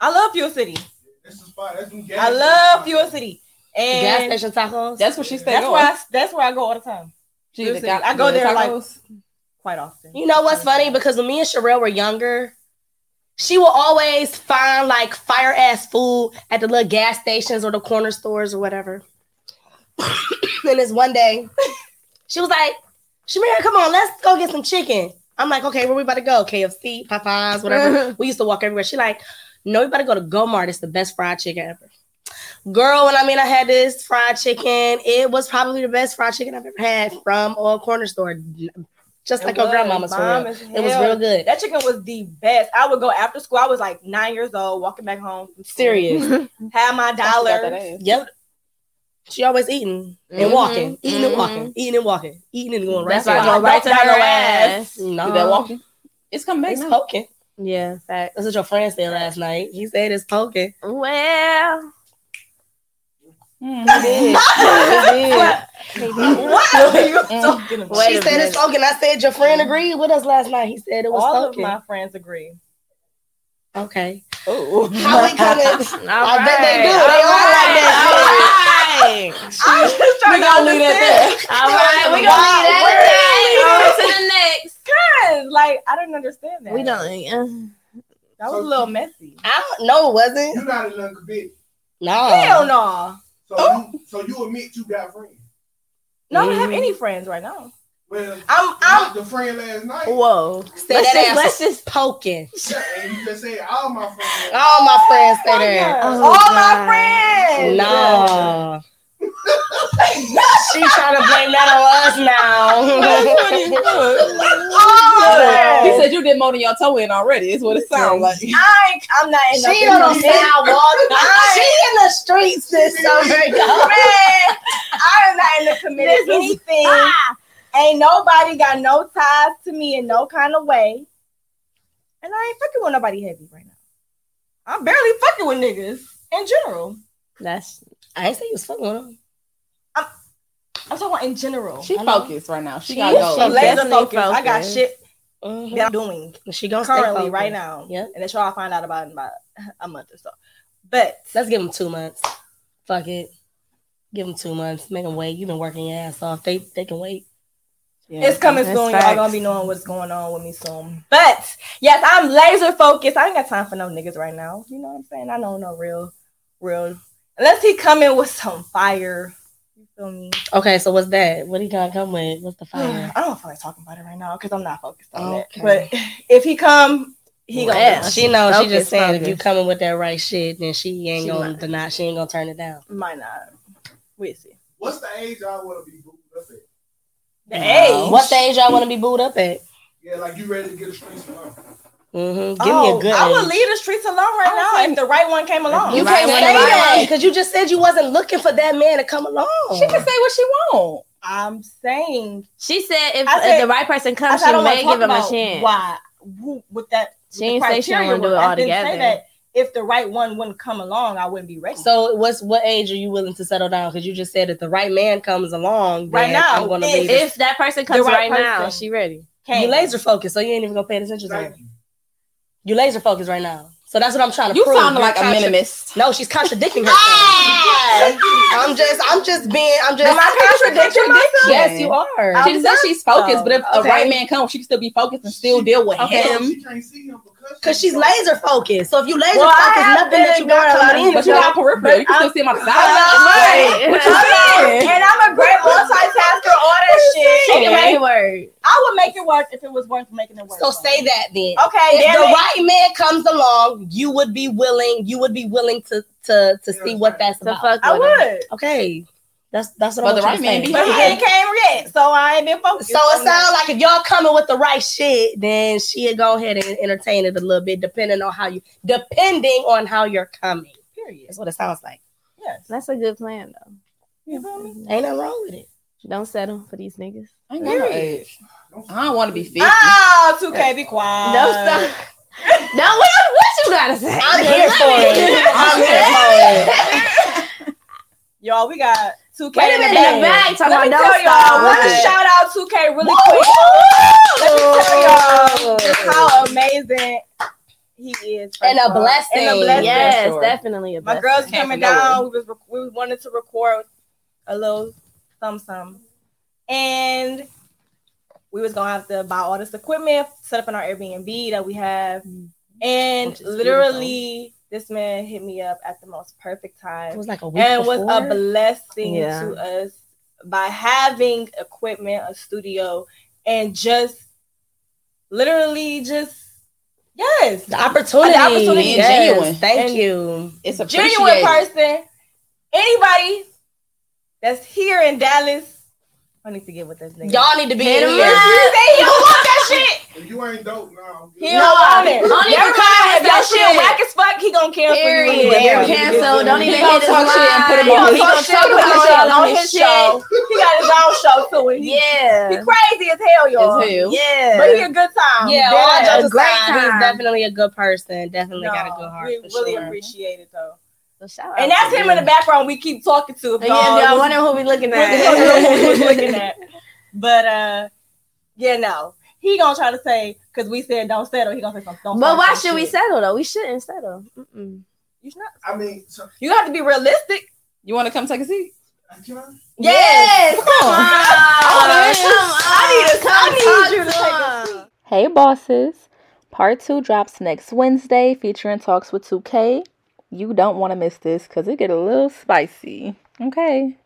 [SPEAKER 2] I love Fuel City.
[SPEAKER 5] That's the spot. That's some gas
[SPEAKER 2] I love
[SPEAKER 5] station.
[SPEAKER 2] Fuel City.
[SPEAKER 1] Gas
[SPEAKER 2] And
[SPEAKER 1] station tacos.
[SPEAKER 4] That's what she
[SPEAKER 5] That's
[SPEAKER 4] said.
[SPEAKER 2] that's
[SPEAKER 4] go.
[SPEAKER 2] where I, that's where I go all the time.
[SPEAKER 4] She
[SPEAKER 2] Fuel
[SPEAKER 4] either
[SPEAKER 2] City.
[SPEAKER 4] got
[SPEAKER 2] I go
[SPEAKER 4] the
[SPEAKER 2] there, like-
[SPEAKER 4] tacos.
[SPEAKER 2] Quite often.
[SPEAKER 1] You know what's funny? Because when me and Sherelle were younger, she will always find like fire ass food at the little gas stations or the corner stores or whatever. [coughs] and this one day, she was like, Shamira, come on, let's go get some chicken. I'm like, okay, where we about to go? KFC, Popeyes, whatever. we used to walk everywhere. She like, no, we about to go to Gomart. It's the best fried chicken ever. Girl, when I mean I had this fried chicken, it was probably the best fried chicken I've ever had from a corner store. Just like
[SPEAKER 2] It
[SPEAKER 1] your
[SPEAKER 2] was
[SPEAKER 1] grandmama's for real.
[SPEAKER 2] bomb as
[SPEAKER 1] It was
[SPEAKER 2] hell.
[SPEAKER 1] real good.
[SPEAKER 2] That chicken was the best. I would go after school. I was like nine years old, walking back home. from school.
[SPEAKER 1] Serious.
[SPEAKER 3] [laughs]
[SPEAKER 2] Had my
[SPEAKER 4] Got
[SPEAKER 2] dollar.
[SPEAKER 4] that ass.
[SPEAKER 1] Yep. She always eating and
[SPEAKER 3] Mhm.
[SPEAKER 1] walking, eating and
[SPEAKER 3] Mhm.
[SPEAKER 1] walking, eating and walking, eating and going right
[SPEAKER 3] That's
[SPEAKER 1] to
[SPEAKER 3] why I
[SPEAKER 2] why I
[SPEAKER 3] go right to
[SPEAKER 2] don't
[SPEAKER 3] her
[SPEAKER 2] got no
[SPEAKER 3] ass.
[SPEAKER 1] No,
[SPEAKER 4] Do that walking? It's coming back
[SPEAKER 1] It's
[SPEAKER 4] now.
[SPEAKER 1] poking.
[SPEAKER 3] Yeah, fact.
[SPEAKER 1] That's what your friend said last night. He said it's poking.
[SPEAKER 3] Well,
[SPEAKER 4] Mm.
[SPEAKER 1] What?
[SPEAKER 2] What are you
[SPEAKER 4] Mm.
[SPEAKER 2] talking about?
[SPEAKER 3] Wait
[SPEAKER 1] she
[SPEAKER 3] a
[SPEAKER 1] said
[SPEAKER 3] minute.
[SPEAKER 1] it's poking. I said your friend agreed with us last night. He said it was
[SPEAKER 2] All of
[SPEAKER 1] poking.
[SPEAKER 2] my friends agree.
[SPEAKER 1] okay.
[SPEAKER 4] Oh.
[SPEAKER 1] How we coming?
[SPEAKER 3] [laughs] all
[SPEAKER 1] I bet they
[SPEAKER 3] right,
[SPEAKER 1] do. They all
[SPEAKER 3] all right, all right.
[SPEAKER 2] I'm just trying
[SPEAKER 4] We gonna
[SPEAKER 1] [laughs]
[SPEAKER 4] leave that
[SPEAKER 3] All right, we gonna leave
[SPEAKER 1] Wow,
[SPEAKER 3] that at that. On to the next.
[SPEAKER 2] friends. Like I didn't understand that.
[SPEAKER 3] We don't.
[SPEAKER 2] That was a little messy.
[SPEAKER 1] I don't know. It wasn't.
[SPEAKER 5] You're not in love with me.
[SPEAKER 1] No.
[SPEAKER 2] Hell no.
[SPEAKER 5] So, you, so you admit you got friends.
[SPEAKER 2] No, I don't
[SPEAKER 3] Mm-hmm.
[SPEAKER 2] have
[SPEAKER 1] Mhm.
[SPEAKER 2] any friends right now.
[SPEAKER 5] Well,
[SPEAKER 2] I'm
[SPEAKER 5] i
[SPEAKER 2] I'm
[SPEAKER 5] the friend last night.
[SPEAKER 3] Whoa.
[SPEAKER 1] Said
[SPEAKER 3] Let's
[SPEAKER 1] that
[SPEAKER 3] just,
[SPEAKER 1] ass
[SPEAKER 3] let's just.
[SPEAKER 1] poking.
[SPEAKER 5] And you just said all
[SPEAKER 1] [laughs]
[SPEAKER 5] my friends.
[SPEAKER 1] All my friends say that.
[SPEAKER 3] Oh,
[SPEAKER 2] all
[SPEAKER 3] God.
[SPEAKER 2] my friends.
[SPEAKER 1] No. she trying to blame
[SPEAKER 2] [laughs]
[SPEAKER 1] that on us now.
[SPEAKER 2] Oh,
[SPEAKER 4] He said you did more than your toe in already. Is what it sounds like.
[SPEAKER 2] I ain't- I'm not in
[SPEAKER 1] She
[SPEAKER 2] no
[SPEAKER 1] on the
[SPEAKER 2] business.
[SPEAKER 3] [laughs]
[SPEAKER 1] sidewalk. she in the streets Oh this summer. y'all.
[SPEAKER 2] Man, I'm not in the committee
[SPEAKER 3] This is-
[SPEAKER 2] anything.
[SPEAKER 3] Ah,
[SPEAKER 2] Ain't nobody got no ties to me in no kind of way. And I ain't fucking with nobody heavy right now. I'm barely fucking with niggas in general.
[SPEAKER 3] that's
[SPEAKER 1] I ain't say you was fucking with him.
[SPEAKER 2] I'm talking about in general.
[SPEAKER 4] She
[SPEAKER 1] I know.
[SPEAKER 4] focused right now. She
[SPEAKER 3] She
[SPEAKER 4] got
[SPEAKER 3] is
[SPEAKER 4] goals.
[SPEAKER 3] focused.
[SPEAKER 2] Laser
[SPEAKER 3] definitely
[SPEAKER 2] focus. I got
[SPEAKER 3] focused.
[SPEAKER 2] shit that I'm
[SPEAKER 1] Mhm.
[SPEAKER 2] doing
[SPEAKER 1] She gonna stay
[SPEAKER 2] currently
[SPEAKER 1] focused.
[SPEAKER 2] right now.
[SPEAKER 1] Yep.
[SPEAKER 2] And that's all I find out about in about a month or so. But
[SPEAKER 1] Let's give him two months. Fuck it. Give him two months. Make him wait. You've been working your ass off. They they can wait.
[SPEAKER 4] Yeah.
[SPEAKER 2] It's coming
[SPEAKER 3] That's
[SPEAKER 2] soon.
[SPEAKER 3] facts.
[SPEAKER 2] Y'all gonna be knowing what's going on with me soon. But yes, I'm laser focused. I ain't got time for no niggas right now. You know what I'm saying? I know no real, real. Unless he come in with some fire. You feel me?
[SPEAKER 1] Okay, so what's that? What he gonna come with? What's the
[SPEAKER 2] I
[SPEAKER 1] fire?
[SPEAKER 2] [sighs] don't feel like talking about it right now because I'm not focused on
[SPEAKER 1] Oh, Okay.
[SPEAKER 2] it. But if he come, he gonna.
[SPEAKER 3] Well,
[SPEAKER 1] she knows. She
[SPEAKER 3] Focus,
[SPEAKER 1] just saying if you
[SPEAKER 3] focus.
[SPEAKER 1] coming with that right shit, then she ain't
[SPEAKER 3] She
[SPEAKER 1] gonna
[SPEAKER 3] lying.
[SPEAKER 1] deny. She ain't gonna turn it down.
[SPEAKER 2] Might not. We'll see.
[SPEAKER 5] What's the age I want to be booed up at?
[SPEAKER 2] The age.
[SPEAKER 1] What the age y'all want to be booed up at?
[SPEAKER 5] Yeah, like you ready to get a street smart.
[SPEAKER 1] hmm Give me
[SPEAKER 2] oh,
[SPEAKER 1] a good.
[SPEAKER 2] I
[SPEAKER 1] one.
[SPEAKER 2] would leave the streets alone right
[SPEAKER 4] Honestly.
[SPEAKER 2] now if the right one came along.
[SPEAKER 1] You
[SPEAKER 4] Right
[SPEAKER 1] can't
[SPEAKER 4] one,
[SPEAKER 1] say
[SPEAKER 4] right
[SPEAKER 1] that
[SPEAKER 4] one.
[SPEAKER 1] because you just said you wasn't looking for that man to come along.
[SPEAKER 4] She can say what she want.
[SPEAKER 2] I'm saying
[SPEAKER 3] She said if,
[SPEAKER 2] I
[SPEAKER 3] if
[SPEAKER 2] said-
[SPEAKER 3] the right person
[SPEAKER 2] I
[SPEAKER 3] comes,
[SPEAKER 2] said I
[SPEAKER 3] she
[SPEAKER 2] don't wanna
[SPEAKER 3] may
[SPEAKER 2] talk
[SPEAKER 3] give him a
[SPEAKER 2] about
[SPEAKER 3] chance.
[SPEAKER 2] Why? Who, with that?
[SPEAKER 3] She ain't say she don't wanna do it
[SPEAKER 2] all together.
[SPEAKER 3] altogether.
[SPEAKER 2] if the right one wouldn't come along, I wouldn't be ready.
[SPEAKER 1] So, what's what age are you willing to settle down? Because you just said if the right man comes along,
[SPEAKER 2] Right
[SPEAKER 1] then
[SPEAKER 2] now,
[SPEAKER 1] I'm gonna
[SPEAKER 2] if-
[SPEAKER 1] leave. this-
[SPEAKER 3] If that person comes
[SPEAKER 2] right
[SPEAKER 3] right, now,
[SPEAKER 2] person.
[SPEAKER 3] she ready.
[SPEAKER 1] you laser focused, so you ain't even gonna pay attention to
[SPEAKER 5] Thank
[SPEAKER 1] her.
[SPEAKER 5] you.
[SPEAKER 1] You laser focused right now. So that's what I'm trying to
[SPEAKER 4] You
[SPEAKER 1] prove.
[SPEAKER 4] sounding
[SPEAKER 1] You're
[SPEAKER 4] like a
[SPEAKER 1] contra-
[SPEAKER 4] minimist.
[SPEAKER 1] No, she's [laughs] contradicting herself. I'm just, I'm just being, I'm just.
[SPEAKER 4] Am I contradicting myself?
[SPEAKER 1] Yes, you are.
[SPEAKER 2] I'm
[SPEAKER 4] She said she's
[SPEAKER 2] though.
[SPEAKER 4] focused, but if the
[SPEAKER 2] Okay.
[SPEAKER 4] right man comes, she can still be focused and still deal with
[SPEAKER 5] Okay, so
[SPEAKER 4] him.
[SPEAKER 5] She can't see him because
[SPEAKER 1] Cause she's laser focused. So if you laser
[SPEAKER 2] Well, I
[SPEAKER 1] focused,
[SPEAKER 2] have
[SPEAKER 1] nothing that
[SPEAKER 2] been
[SPEAKER 1] you got
[SPEAKER 2] got
[SPEAKER 1] coming in.
[SPEAKER 4] But you got peripheral. You can still see him outside.
[SPEAKER 3] Right.
[SPEAKER 4] What you saying?
[SPEAKER 2] And I'm a great multitasker. All that shit.
[SPEAKER 3] She can make it work.
[SPEAKER 2] I would make it work if it was worth making it work.
[SPEAKER 1] So say that then.
[SPEAKER 2] Okay,
[SPEAKER 1] If
[SPEAKER 2] damn
[SPEAKER 1] the
[SPEAKER 2] it.
[SPEAKER 1] right man comes along, you would be willing. You would be willing to to to see what that's
[SPEAKER 3] So
[SPEAKER 1] about.
[SPEAKER 3] fuck
[SPEAKER 2] I
[SPEAKER 3] with him.
[SPEAKER 2] would.
[SPEAKER 1] Okay, that's that's what
[SPEAKER 4] But
[SPEAKER 1] I'm
[SPEAKER 4] the right man be-
[SPEAKER 2] But he ain't came yet, so I ain't been focused.
[SPEAKER 1] So it
[SPEAKER 2] on that.
[SPEAKER 1] sounds like if y'all coming with the right shit, then she'll go ahead and entertain it a little bit, depending on how you, depending on how you're coming. Period. That's what it sounds like.
[SPEAKER 2] Yes.
[SPEAKER 3] That's a good plan though.
[SPEAKER 2] You feel me?
[SPEAKER 1] Ain't nothing wrong with it.
[SPEAKER 3] Don't settle for these niggas.
[SPEAKER 4] I ain't got no age. I don't want to be 50. [laughs]
[SPEAKER 2] Oh, 2K, be quiet.
[SPEAKER 3] No stop. [laughs] No, what you, what you gotta say?
[SPEAKER 1] I'm here for it. I'm here for it.
[SPEAKER 2] Y'all, we got 2K
[SPEAKER 3] Wait a
[SPEAKER 2] in the bag.
[SPEAKER 3] minute, back. Talking
[SPEAKER 2] Let me
[SPEAKER 3] about
[SPEAKER 2] tell
[SPEAKER 3] don't
[SPEAKER 2] y'all,
[SPEAKER 3] stop.
[SPEAKER 2] want to
[SPEAKER 3] Right.
[SPEAKER 2] shout out 2K really quick. Let me tell y'all just how amazing he is. first
[SPEAKER 1] And a
[SPEAKER 2] of all.
[SPEAKER 1] blessing.
[SPEAKER 2] And a blessing.
[SPEAKER 3] Yes,
[SPEAKER 4] Sure.
[SPEAKER 3] definitely a
[SPEAKER 2] My
[SPEAKER 3] blessing.
[SPEAKER 2] girls
[SPEAKER 4] Came
[SPEAKER 2] coming
[SPEAKER 4] from nowhere.
[SPEAKER 2] down. We was rec- we wanted to record a little some some, and we was gonna have to buy all this equipment, set up in our Airbnb that we have, and
[SPEAKER 4] Which is
[SPEAKER 2] literally this man hit me up at the most perfect
[SPEAKER 1] It
[SPEAKER 2] time,
[SPEAKER 1] was like a week
[SPEAKER 2] and was
[SPEAKER 1] before.
[SPEAKER 2] a blessing
[SPEAKER 3] Yeah.
[SPEAKER 2] to us by having equipment, a studio, and just literally just yes,
[SPEAKER 1] the opportunity.
[SPEAKER 2] The opportunity.
[SPEAKER 4] Being
[SPEAKER 1] Yes,
[SPEAKER 4] genuine.
[SPEAKER 1] Thank
[SPEAKER 2] And-
[SPEAKER 1] you.
[SPEAKER 4] It's
[SPEAKER 2] genuine
[SPEAKER 4] appreciated.
[SPEAKER 2] person. Anybody that's here in Dallas, I need to get with this nigga.
[SPEAKER 1] Y'all need to be
[SPEAKER 3] Hit
[SPEAKER 1] in
[SPEAKER 3] him
[SPEAKER 1] here.
[SPEAKER 3] up.
[SPEAKER 2] He say he don't want
[SPEAKER 3] [laughs]
[SPEAKER 2] that shit.
[SPEAKER 5] If you ain't dope, no.
[SPEAKER 2] He
[SPEAKER 3] No,
[SPEAKER 2] don't want it.
[SPEAKER 3] don't even
[SPEAKER 2] Never
[SPEAKER 3] come
[SPEAKER 2] mind.
[SPEAKER 3] with
[SPEAKER 2] If your
[SPEAKER 3] that
[SPEAKER 2] shit
[SPEAKER 3] shit.
[SPEAKER 2] whack as fuck, he gonna cancel you.
[SPEAKER 3] Period.
[SPEAKER 2] anyway.
[SPEAKER 3] You're
[SPEAKER 5] Yeah.
[SPEAKER 3] canceled. Don't
[SPEAKER 5] He
[SPEAKER 3] even
[SPEAKER 4] gonna
[SPEAKER 3] hit his
[SPEAKER 4] talk shit and put him
[SPEAKER 3] line.
[SPEAKER 4] on
[SPEAKER 3] He
[SPEAKER 4] his-
[SPEAKER 2] Talk
[SPEAKER 3] gonna
[SPEAKER 2] shit, put his
[SPEAKER 3] shit
[SPEAKER 2] shit on his show. He got his own show too. and He, he
[SPEAKER 3] Yeah.
[SPEAKER 2] crazy as hell, y'all.
[SPEAKER 4] As hell.
[SPEAKER 3] Yeah.
[SPEAKER 2] But he a good time.
[SPEAKER 1] Yeah,
[SPEAKER 2] Dead
[SPEAKER 1] all
[SPEAKER 2] ass.
[SPEAKER 1] jokes
[SPEAKER 3] great
[SPEAKER 1] aside,
[SPEAKER 3] time.
[SPEAKER 1] he's definitely a good person. Definitely
[SPEAKER 2] No,
[SPEAKER 1] got a good heart.
[SPEAKER 2] We
[SPEAKER 1] for
[SPEAKER 2] really
[SPEAKER 1] sure.
[SPEAKER 2] appreciate it though.
[SPEAKER 3] So shout
[SPEAKER 2] And
[SPEAKER 3] out
[SPEAKER 2] that's
[SPEAKER 3] to
[SPEAKER 2] him in the background we keep talking to. If
[SPEAKER 3] And yeah, if y'all
[SPEAKER 2] was-
[SPEAKER 3] wondering who we looking
[SPEAKER 2] was [laughs] looking at.
[SPEAKER 3] at.
[SPEAKER 2] But uh, yeah, no, he gonna try to say because we said don't settle. He gonna say something.
[SPEAKER 3] but why should we settle though? We shouldn't settle. Mm-mm.
[SPEAKER 2] You, not,
[SPEAKER 5] I mean, so,
[SPEAKER 2] you have to be realistic.
[SPEAKER 4] You want to come take a seat?
[SPEAKER 5] can I?
[SPEAKER 3] Yes. Come on.
[SPEAKER 2] I need a- I need you to
[SPEAKER 3] Come
[SPEAKER 2] take a
[SPEAKER 3] on.
[SPEAKER 6] Hey Bosses! Part 2 drops next Wednesday featuring Talks with 2K. You don't want to miss this because it get a little spicy. Okay.